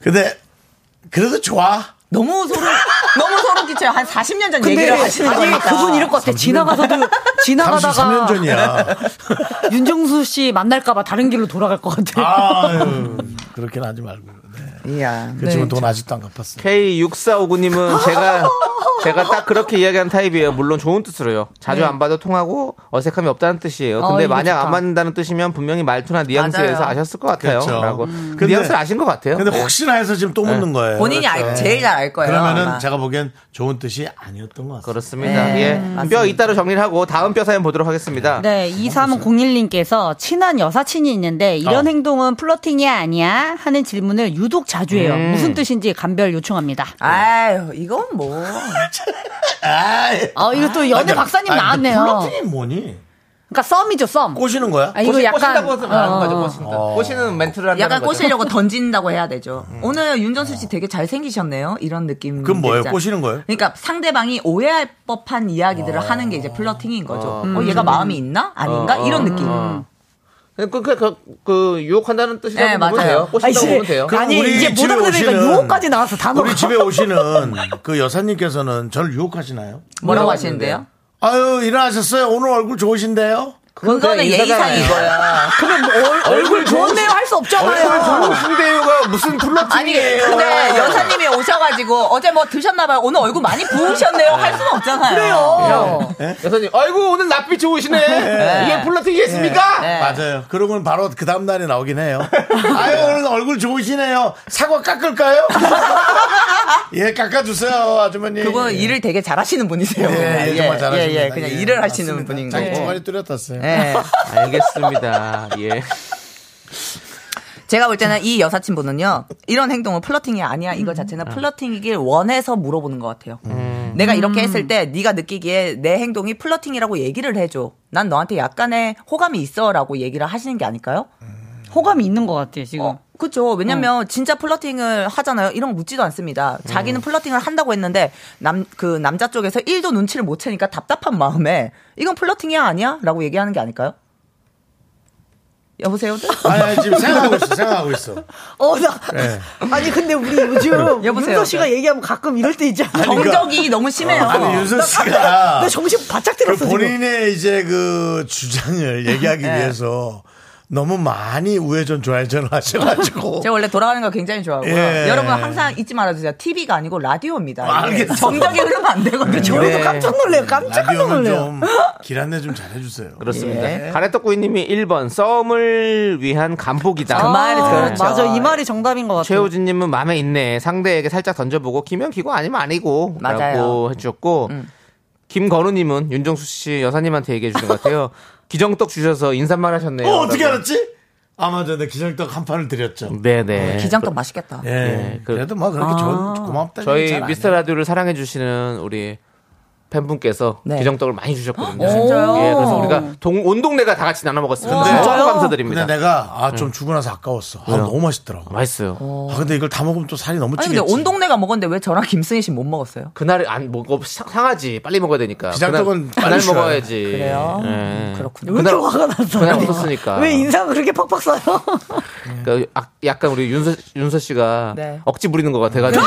A: 근데 그래도 좋아.
G: 너무 소름, 너무 소름 끼쳐요. 한 40년 전
I: 근데
G: 얘기를 하시는
I: 아니
G: 거니까.
I: 그분 이럴 것 같아. 지나가서도 지나가다가
A: 33년 전이야.
I: 윤정수 씨 만날까봐 다른 길로 돌아갈 것 같아.
A: 아유, 그렇게 는 하지 말고.
G: 이야.
A: 그 친구 는돈 아직도 안 갚았어.
B: K6459님은 제가 제가 딱 그렇게 이야기한 타입이에요. 물론 좋은 뜻으로요. 자주
G: 네.
B: 안 봐도 통하고 어색함이 없다는 뜻이에요.
G: 어,
B: 근데
G: 이거
B: 맞는
G: 좋다.
B: 안 맞는다는 뜻이면 분명히 말투나 뉘앙스에서
G: 맞아요. 음.
B: 아셨을것 같아요.
A: 그렇죠.
B: 라고. 그
A: 근데-
B: 뉘앙스를 아신 것 같아요.
A: 근데
B: 네.
A: 혹시나 해서 지금 또 묻는 거예요. 그렇죠.
G: 본인이 알- 제일 잘 알 거예요,
A: 그러면은
G: 아마.
A: 제가 보기엔 좋은 뜻이 아니었던 것 같아요.
B: 그렇습니다.
I: 네,
B: 예.
G: 맞습니다.
B: 뼈 이따로 정리를 하고 다음 뼈 사연 보도록 하겠습니다.
I: 네, 2301님께서 친한 여사친이 있는데
B: 어.
I: 이런 행동은 플러팅이 아니야? 하는 질문을 유독 자주 해요.
B: 음.
I: 무슨 뜻인지 감별 요청합니다.
G: 아유, 이건 뭐.
I: 아, 이거 또 연애 박사님 나왔네요.
A: 플러팅이 뭐니?
I: 그러니까 썸이죠, 썸.
A: 꼬시는 거야?
I: 아, 이거 약간
B: 꼬신다고 해서 말하는 거죠.
I: 어,
B: 꼬신다. 꼬시는 멘트를 한다는
G: 약간
B: 거죠.
G: 꼬시려고 던진다고 해야 되죠. 오늘 윤정수 씨 되게 잘생기셨네요. 이런 느낌.
A: 그건 뭐예요?
G: 들지 않-
A: 꼬시는 거예요?
G: 그러니까 상대방이 오해할 법한 이야기들을 하는 게 이제 플러팅인 거죠. 어, 얘가 마음이 있나? 아닌가?
B: 어,
G: 이런
B: 어,
G: 느낌.
B: 어. 그, 그, 그, 그 유혹한다는 뜻이라고
G: 네,
B: 보면
G: 맞아요. 그
B: 돼요.
I: 아,
B: 꼬신다고
I: 이제,
B: 보면 돼요.
I: 아니,
A: 우리
I: 이제 못
A: 집에
I: 알아들으니까
A: 오시는-
I: 유혹까지 나와서 단어가.
A: 우리 집에 오시는 그 여사님께서는 저를 유혹하시나요?
G: 뭐라고 하시는데요?
A: 아유, 일어나셨어요? 오늘 얼굴 좋으신데요?
G: 그거는
B: 그냥 인사잖아요.
G: 예의상이고요.
I: 그러면 얼굴 좋네요 할 수 없잖아요.
B: 순대유가 무슨 플러팅?
G: 아니 근데 여사님이 오셔가지고 어제 뭐 드셨나봐요. 오늘 얼굴 많이 부으셨네요. 할 수는 없잖아요.
I: 그래요.
B: 여사님, 아이고, 오늘 낯빛 좋으시네. 네. 이게 플러팅이겠습니까?
A: 맞아요. 그러고는 바로 그 다음 날에 나오긴 해요. 아유, 오늘 얼굴 좋으시네요. 사과 깎을까요? 예, 깎아주세요, 아주머니.
G: 그분
A: 예.
G: 일을 되게 잘하시는 분이세요.
A: 예, 예, 정말 잘하시는
G: 예, 예, 그냥 일을 하시는 분인
A: 자기
G: 거고.
A: 주머니 뚜렷했어요.
G: 예.
B: 알겠습니다. 예.
G: 제가 볼 때는 이 여사친분은요 이런 행동은 플러팅이 아니야 이거 자체는 플러팅이길 원해서 물어보는 것 같아요. 내가 이렇게 했을 때 네가 느끼기에 내 행동이 플러팅이라고 얘기를 해줘. 난 너한테 약간의 호감이 있어라고 얘기를 하시는 게 아닐까요?
I: 호감이 있는 것 같아요, 지금.
G: 어, 그렇죠. 왜냐면 진짜 플러팅을 하잖아요. 이런 거 묻지도 않습니다. 자기는 플러팅을 한다고 했는데 남 그 남자 쪽에서 1도 눈치를 못 채니까 답답한 마음에 이건 플러팅이야 아니야?라고 얘기하는 게 아닐까요? 여보세요?
A: 아니, 예, 지금 생각하고 있어, 생각하고 있어.
N: 어, 나.
A: 예.
N: 아니, 근데 우리 요즘.
G: 여보세요?
N: 윤서 씨가 얘기하면 가끔 이럴 때 있잖아.
G: 아니, 그러니까- 정적이 너무 심해요.
A: 아니, 윤서
N: 나
A: 씨가.
N: 깜짝- 나 정신 바짝
A: 그
N: 들었어. 지금.
A: 본인의 이제 그 주장을 얘기하기
G: 네.
A: 위해서 너무 많이 우회전 좌회전을 하셔가지고.
G: 제가 원래 돌아가는 거 굉장히 좋아하고요.
A: 예.
G: 여러분 항상 잊지 말아주세요. TV가 아니고 라디오입니다.
A: 아,
G: 이게
A: 알겠어.
G: 정적이 흐르면 안 되거든요.
A: 저희도 깜짝
N: 놀래요.
A: 라디오는 좀길 안내 좀 잘해주세요.
B: 그렇습니다. 가래떡구이님이 1번 썸을 위한 간복이다.
I: 그 말이 아,
G: 그렇죠.
I: 맞아 이 말이 정답인 것 같아요.
B: 최우진님은 마음에 있네. 상대에게 살짝 던져보고 기면 기고 아니면 아니고
G: 맞아요. 음.
B: 라고 해주셨고 김건우님은 윤정수 씨 여사님한테 얘기해 주신 것 같아요. 기정떡 주셔서 인사말 하셨네요.
A: 어, 어떻게
B: 라고.
A: 알았지? 아마 전에 기정떡 한 판을 드렸죠.
B: 네네.
G: 어, 기장떡 맛있겠다.
A: 예.
B: 네, 그-
A: 그래도 뭐 그렇게 좋은,
G: 아,
A: 고맙다.
B: 저희 미스터 라디오를 사랑해 주시는 우리 팬분께서 그
G: 네. 아, 어,
B: 기정떡을 많이 주셨거든요.
G: 진짜요?
B: 예, 그래서 우리가 동, 온 동네가 다 같이 나눠 먹었습니다.
A: 근데-
B: 너무
A: 근데
B: 감사드립니다. 네.
A: 내가 아 좀 주고 나서 아까웠어. 아,
B: 왜요?
A: 너무 맛있더라고.
B: 맛있어요.
A: 아 근데 이걸 다 먹으면 또 살이 너무
G: 아니
A: 찌겠지.
G: 근데 온 동네가 먹었는데 왜 저랑 김승희 씨 못 먹었어요?
B: 그날에 안 먹어 상- 상하지 빨리 먹어야 되니까.
A: 기장떡은
B: 그날, 그날
A: 빨리
B: 먹어야지.
G: 그래요? 음,
B: 예.
G: 그렇군요.
N: 왜 이렇게
B: 그날
N: 화가 났어?
B: 그날 없었으니까.
N: 왜 인상 그렇게 팍팍 써요?
B: 그러니까 악- 약간 우리 윤서 윤서 씨가
G: 네.
B: 억지 부리는 것 같아가지고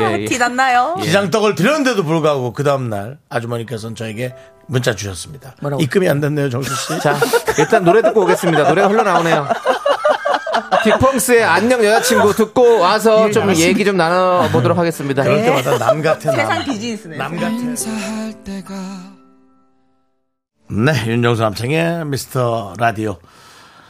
B: 예,
I: 어,
B: 예.
G: 티안 나요?
A: 기장떡을 드렸는데도 불구하고 그 다음 날 아주머니께서는 저에게 문자 주셨습니다.
G: 뭐라고?
A: 입금이 안 됐네요, 정수 씨.
B: 자 일단 노래 듣고 오겠습니다. 노래가 흘러나오네요. 딕펑스의 안녕 여자친구 듣고 와서 좀 얘기 좀 나눠보도록 하겠습니다.
A: 그럴 때마다 남 같은
G: 세상
A: 남.
G: 비즈니스네.
A: 남 같은.
O: 할 때가
A: 네, 윤정수 남창의 미스터 라디오.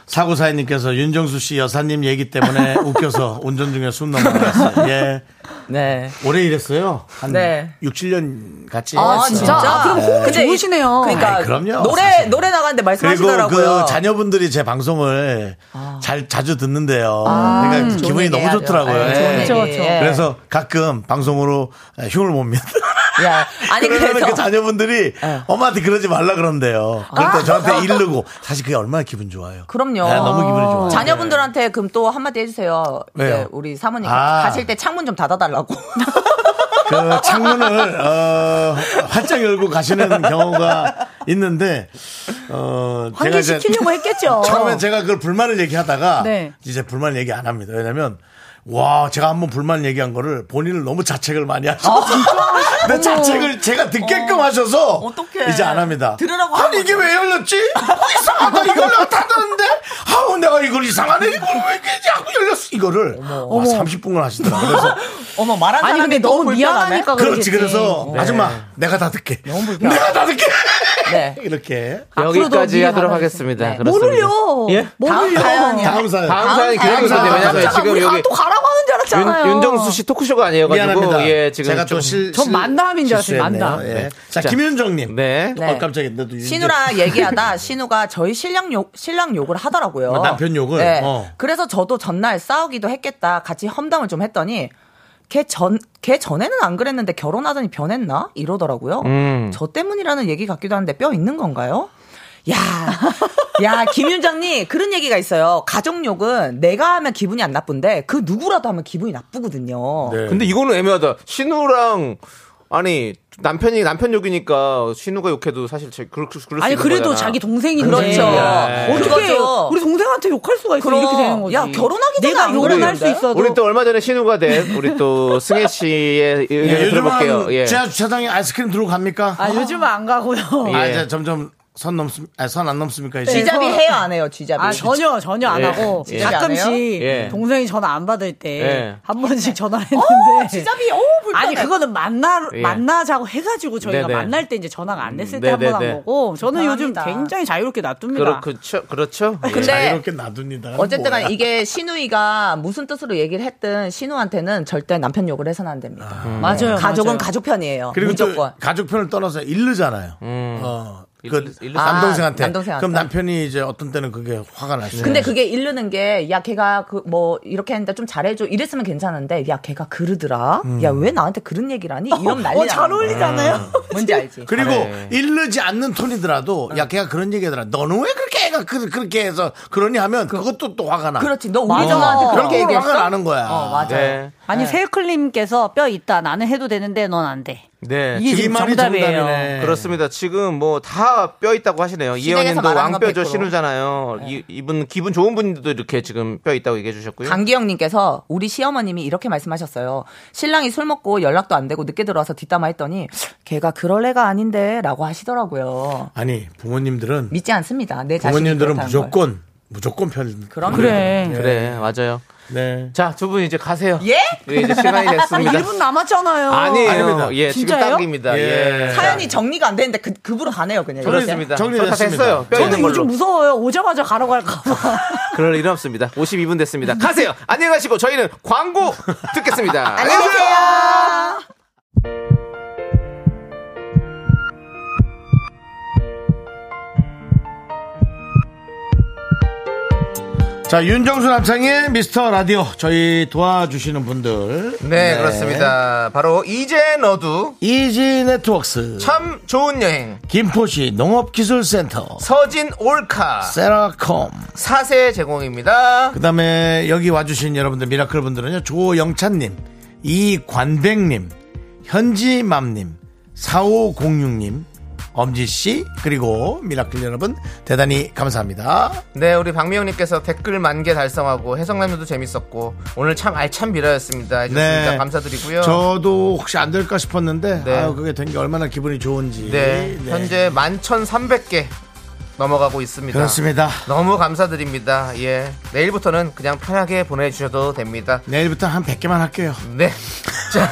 A: 사고사인님께서 윤정수 씨 여사님 얘기 때문에 웃겨서 운전 중에 숨 넘어갔어요. 예.
G: 네.
A: 오래 일했어요. 한
G: 네.
A: 6, 7년 같이.
G: 아, 진짜? 아, 그럼 호흡
I: 근데 좋으시네요.
G: 그러니까
A: 아이, 그럼요,
G: 노래
A: 사실.
G: 노래 나가는데
A: 그리고
G: 말씀하시더라고요. 아.
A: 그 자녀분들이 제 방송을 잘 자주 듣는데요. 그러니까
G: 음, 좋은
A: 기분이 너무
G: 얘기하죠.
A: 좋더라고요.
G: 아,
A: 예.
G: 좋은
I: 그쵸,
G: 얘기.
I: 그쵸.
G: 예.
A: 그래서 가끔 방송으로 흉을 못 민.
G: 야, 아니
A: 그러면 그
G: 그래서 어.
A: 자녀분들이 엄마한테 그러지 말라 그런대요. 그때
G: 아.
A: 저한테 이르고 사실 그게 얼마나 기분 좋아요.
G: 그럼요.
A: 네, 너무 기분이 좋아요.
G: 자녀분들한테 그럼 또 한마디 해주세요.
A: 왜요?
G: 네, 우리 사모님
A: 아.
G: 가실 때 창문 좀 닫아달라고.
A: 그 창문을 어, 활짝 열고 가시는 경우가 있는데 어, 제가 이제
N: 환기시키려고 했겠죠.
A: 처음에 제가 그걸 불만을 얘기하다가
I: 네.
A: 이제 불만 얘기 안 합니다. 왜냐면 와 제가 한번 불만 얘기한 거를 본인을 너무 자책을 많이 하셔서 내 자책을 제가 듣게끔 하셔서
G: 어떡해.
A: 이제 안 합니다.
G: 들으라고
A: 아니
G: 하는
A: 이게 왜 열렸지? 이상하다 이걸 내가 닫았는데 아우 내가 이걸 이상하네 이걸 왜 이렇게 자꾸 열렸어 이거를 와 30분을 하시더라고요. 그래서
G: 어머 말하는
I: 아니 근데
G: 사람이
I: 너무
G: 불편하네.
I: 미안하니까
A: 그렇지
I: 아, 그러겠지.
A: 그래서 아줌마 내가 다 듣게 내가 다 듣게
G: 네.
A: 이렇게
B: 여기까지
I: 앞으로도
B: 하도록
I: 미리
B: 하겠습니다.
G: 네.
B: 그렇습니다.
N: 뭘요?
B: 예?
I: 뭐
N: 뭘요?
G: 다음
A: 다음 사연
B: 다음 사연 기다리고
A: 다음
B: 있었는데
A: 사연.
B: 왜냐면
A: 아,
B: 지금 여기
N: 또 가라고 하는 줄 알았잖아요.
B: 윤, 정수씨 토크쇼가 아니어가지고
A: 미안합니다
B: 예 지금
A: 제가
B: 좀-
A: 또실전
I: 전 만담인 줄 알았어요, 만담.
A: 예. 자
B: 자.
A: 김윤정님
B: 네.
G: 네.
A: 어 깜짝이야 나도 윤정-
G: 신우랑 얘기하다 신우가 저희 신랑 욕 신랑 욕을 하더라고요.
A: 뭐 남편 욕을?
G: 네.
A: 어.
G: 그래서 저도 전날 싸우기도 했겠다. 같이 험담을 좀 했더니 걔 전, 걔 전에는 안 그랬는데 결혼하더니 변했나? 이러더라고요. 저 때문이라는 얘기 같기도 한데 뼈 있는 건가요? 야, 야, 김윤정님, 그런 얘기가 있어요. 가족욕은 내가 하면 기분이 안 나쁜데 그 누구라도 하면 기분이 나쁘거든요.
A: 네.
B: 근데 이거는 애매하다. 신우랑 아니 남편이 남편 욕이니까 신우가 욕해도 사실 제- 그럴, 그럴 수 있는
I: 아니 그래도
B: 거잖아.
I: 자기 동생인데
G: 그렇죠.
A: 네.
I: 어떻게
G: 그거죠.
I: 우리 동생한테 욕할 수가 있어
G: 그럼.
I: 이렇게 되는 거지.
G: 야, 결혼하기 전에
I: 내가
G: 안
I: 욕을 할
G: 그랬는데?
I: 수 있어도
B: 우리 또 얼마 전에 신우가 된 우리 또 승혜 씨의 의견을
A: 예,
B: 들어볼게요.
A: 요즘은
B: 예.
A: 지하 주차장에 아이스크림 들고 갑니까?
I: 아 요즘은 안 가고요.
A: 아
B: 예.
A: 이제 점점 선 넘습 선안 넘습니까 이제
G: 지잡이 해요, 안 해요, 지잡이?
I: 아 전혀 전혀 안
B: 예.
I: 하고
B: 예.
I: 가끔씩
B: 예.
I: 동생이 전화 안 받을 때
B: 예.
I: 한 번씩 전화했는데
G: 지잡이, 어, 불편해.
I: 아니 그거는 만나
B: 예.
I: 만나자고 해가지고 저희가
B: 네네.
I: 만날 때 이제 전화가 안 됐을
B: 음,
I: 때 한 번 한
B: 네네네.
I: 거고 저는 요즘
G: 불편합니다.
I: 굉장히 자유롭게 놔둡니다.
B: 그렇, 그렇죠. 그렇죠. 예.
G: 근데
A: 자유롭게 놔둡니다.
G: 어쨌든
A: 뭐야.
G: 간 이게 신우이가 무슨 뜻으로 얘기를 했든 신우한테는 절대 남편 욕을 해서는 안 됩니다.
I: 맞아요.
G: 가족은
I: 맞아요.
G: 가족 편이에요.
A: 그리고
G: 무조건.
A: 또 가족 편을 떠나서 일르잖아요. 어, 그
B: 일- 일르-
A: 남동생한테.
G: 아, 남동생한테.
A: 그럼 남편이 이제 어떤 때는 그게 화가 날 수.
G: 근데
A: 있어요.
G: 그게 이르는 게, 야, 걔가 그 뭐 이렇게 했는데 좀 잘해줘. 이랬으면 괜찮은데, 야, 걔가 그러더라?
A: 음.
G: 야, 왜 나한테 그런 얘기를 하니? 이런 난리.
N: 어, 잘
G: 나는 거야.
N: 어울리잖아요.
G: 뭔지 알지?
A: 그리고
B: 네.
A: 일르지 않는 톤이더라도
G: 네.
A: 야 걔가 그런 얘기하더라. 너는 왜 그렇게 애가 그, 렇게 해서 그러니 하면 그것도 또 화가 나.
G: 그렇지. 너
A: 어,
G: 우리 전화한테 그렇게
A: 결국은
G: 얘기했어.
A: 화가 나는 거야.
G: 어, 맞아.
B: 네.
I: 아니
P: 네.
I: 세클님께서 뼈 있다 나는 해도 되는데 넌 안 돼.
C: 네,
B: 예.
I: 이게 지금 정답이에요. 정답이네.
C: 그렇습니다. 지금 뭐 다 뼈 있다고 하시네요.
I: 시댁에서
C: 이혜원님도
I: 말하는 건
C: 왕뼈죠
I: 100%.
C: 신우잖아요. 이, 이분 기분 좋은 분들도 이렇게 지금 뼈 있다고 얘기해 주셨고요.
G: 네. 강기영님께서 우리 시어머님이 이렇게 말씀하셨어요. 신랑이 술 먹고 연락도 안 되고 늦게 들어와서 뒷담화 했더니 걔가 그럴 애가 아닌데 라고 하시더라고요.
A: 아니 부모님들은
G: 믿지 않습니다. 내 자식이
A: 부모님들은
G: 그렇다는
A: 무조건 무조건 편.
G: 그럼요.
C: 그래.
I: 네.
C: 그래, 맞아요.
A: 네.
C: 자, 두 분 이제 가세요.
G: 예?
C: 네, 이제 시간이 됐습니다.
G: 1분 남았잖아요.
C: 아니에요. 아닙니다. 예, 지금
G: 진짜요?
C: 딱입니다. 예.
A: 네.
G: 사연이 정리가 안 되는데 그, 급으로 가네요, 그냥. 이렇게.
C: 그렇습니다. 정리됐습니다. 저다 됐어요. 뼈 있는
P: 저는 요즘
C: 걸로.
P: 무서워요. 오자마자 가라고 할까봐.
C: 그럴 일은 없습니다. 52분 됐습니다. 가세요. 안녕히 가시고 저희는 광고 듣겠습니다.
P: 안녕히 계세요.
A: 자 윤정수 남창의 미스터 라디오 저희 도와주시는 분들.
B: 네, 그렇습니다. 바로 이제 너도
A: 이지 네트웍스
B: 참 좋은 여행
A: 김포시 농업기술센터
B: 서진 올카
A: 세라콤
B: 사세 제공입니다.
A: 그다음에 여기 와주신 여러분들 미라클 분들은요 조영찬님, 이관백님, 현지맘님, 4506님, 엄지 씨 그리고 미라클 여러분 대단히 감사합니다.
B: 네, 우리 박미영님께서 댓글 만 개 달성하고 해성남도 재밌었고 오늘 참 알찬 미라였습니다. 해주셨습니다.
C: 네.
B: 감사드리고요.
A: 저도 혹시 안 될까 싶었는데
B: 네.
A: 아유, 그게 된 게 얼마나 기분이 좋은지.
B: 네,
A: 네.
B: 현재 11,300개 넘어가고 있습니다.
A: 그렇습니다.
B: 너무 감사드립니다. 예. 내일부터는 그냥 편하게 보내주셔도 됩니다.
A: 내일부터 한 100개만 할게요.
B: 네. 자,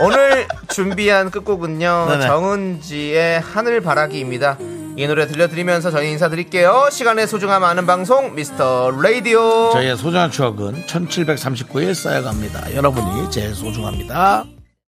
B: 오늘 준비한 끝곡은요.
A: 네네.
B: 정은지의 하늘바라기입니다. 이 노래 들려드리면서 저희 인사드릴게요. 시간의 소중함 아는 방송 미스터 라디오.
A: 저희의 소중한 추억은 1739일 쌓여갑니다. 여러분이 제일 소중합니다.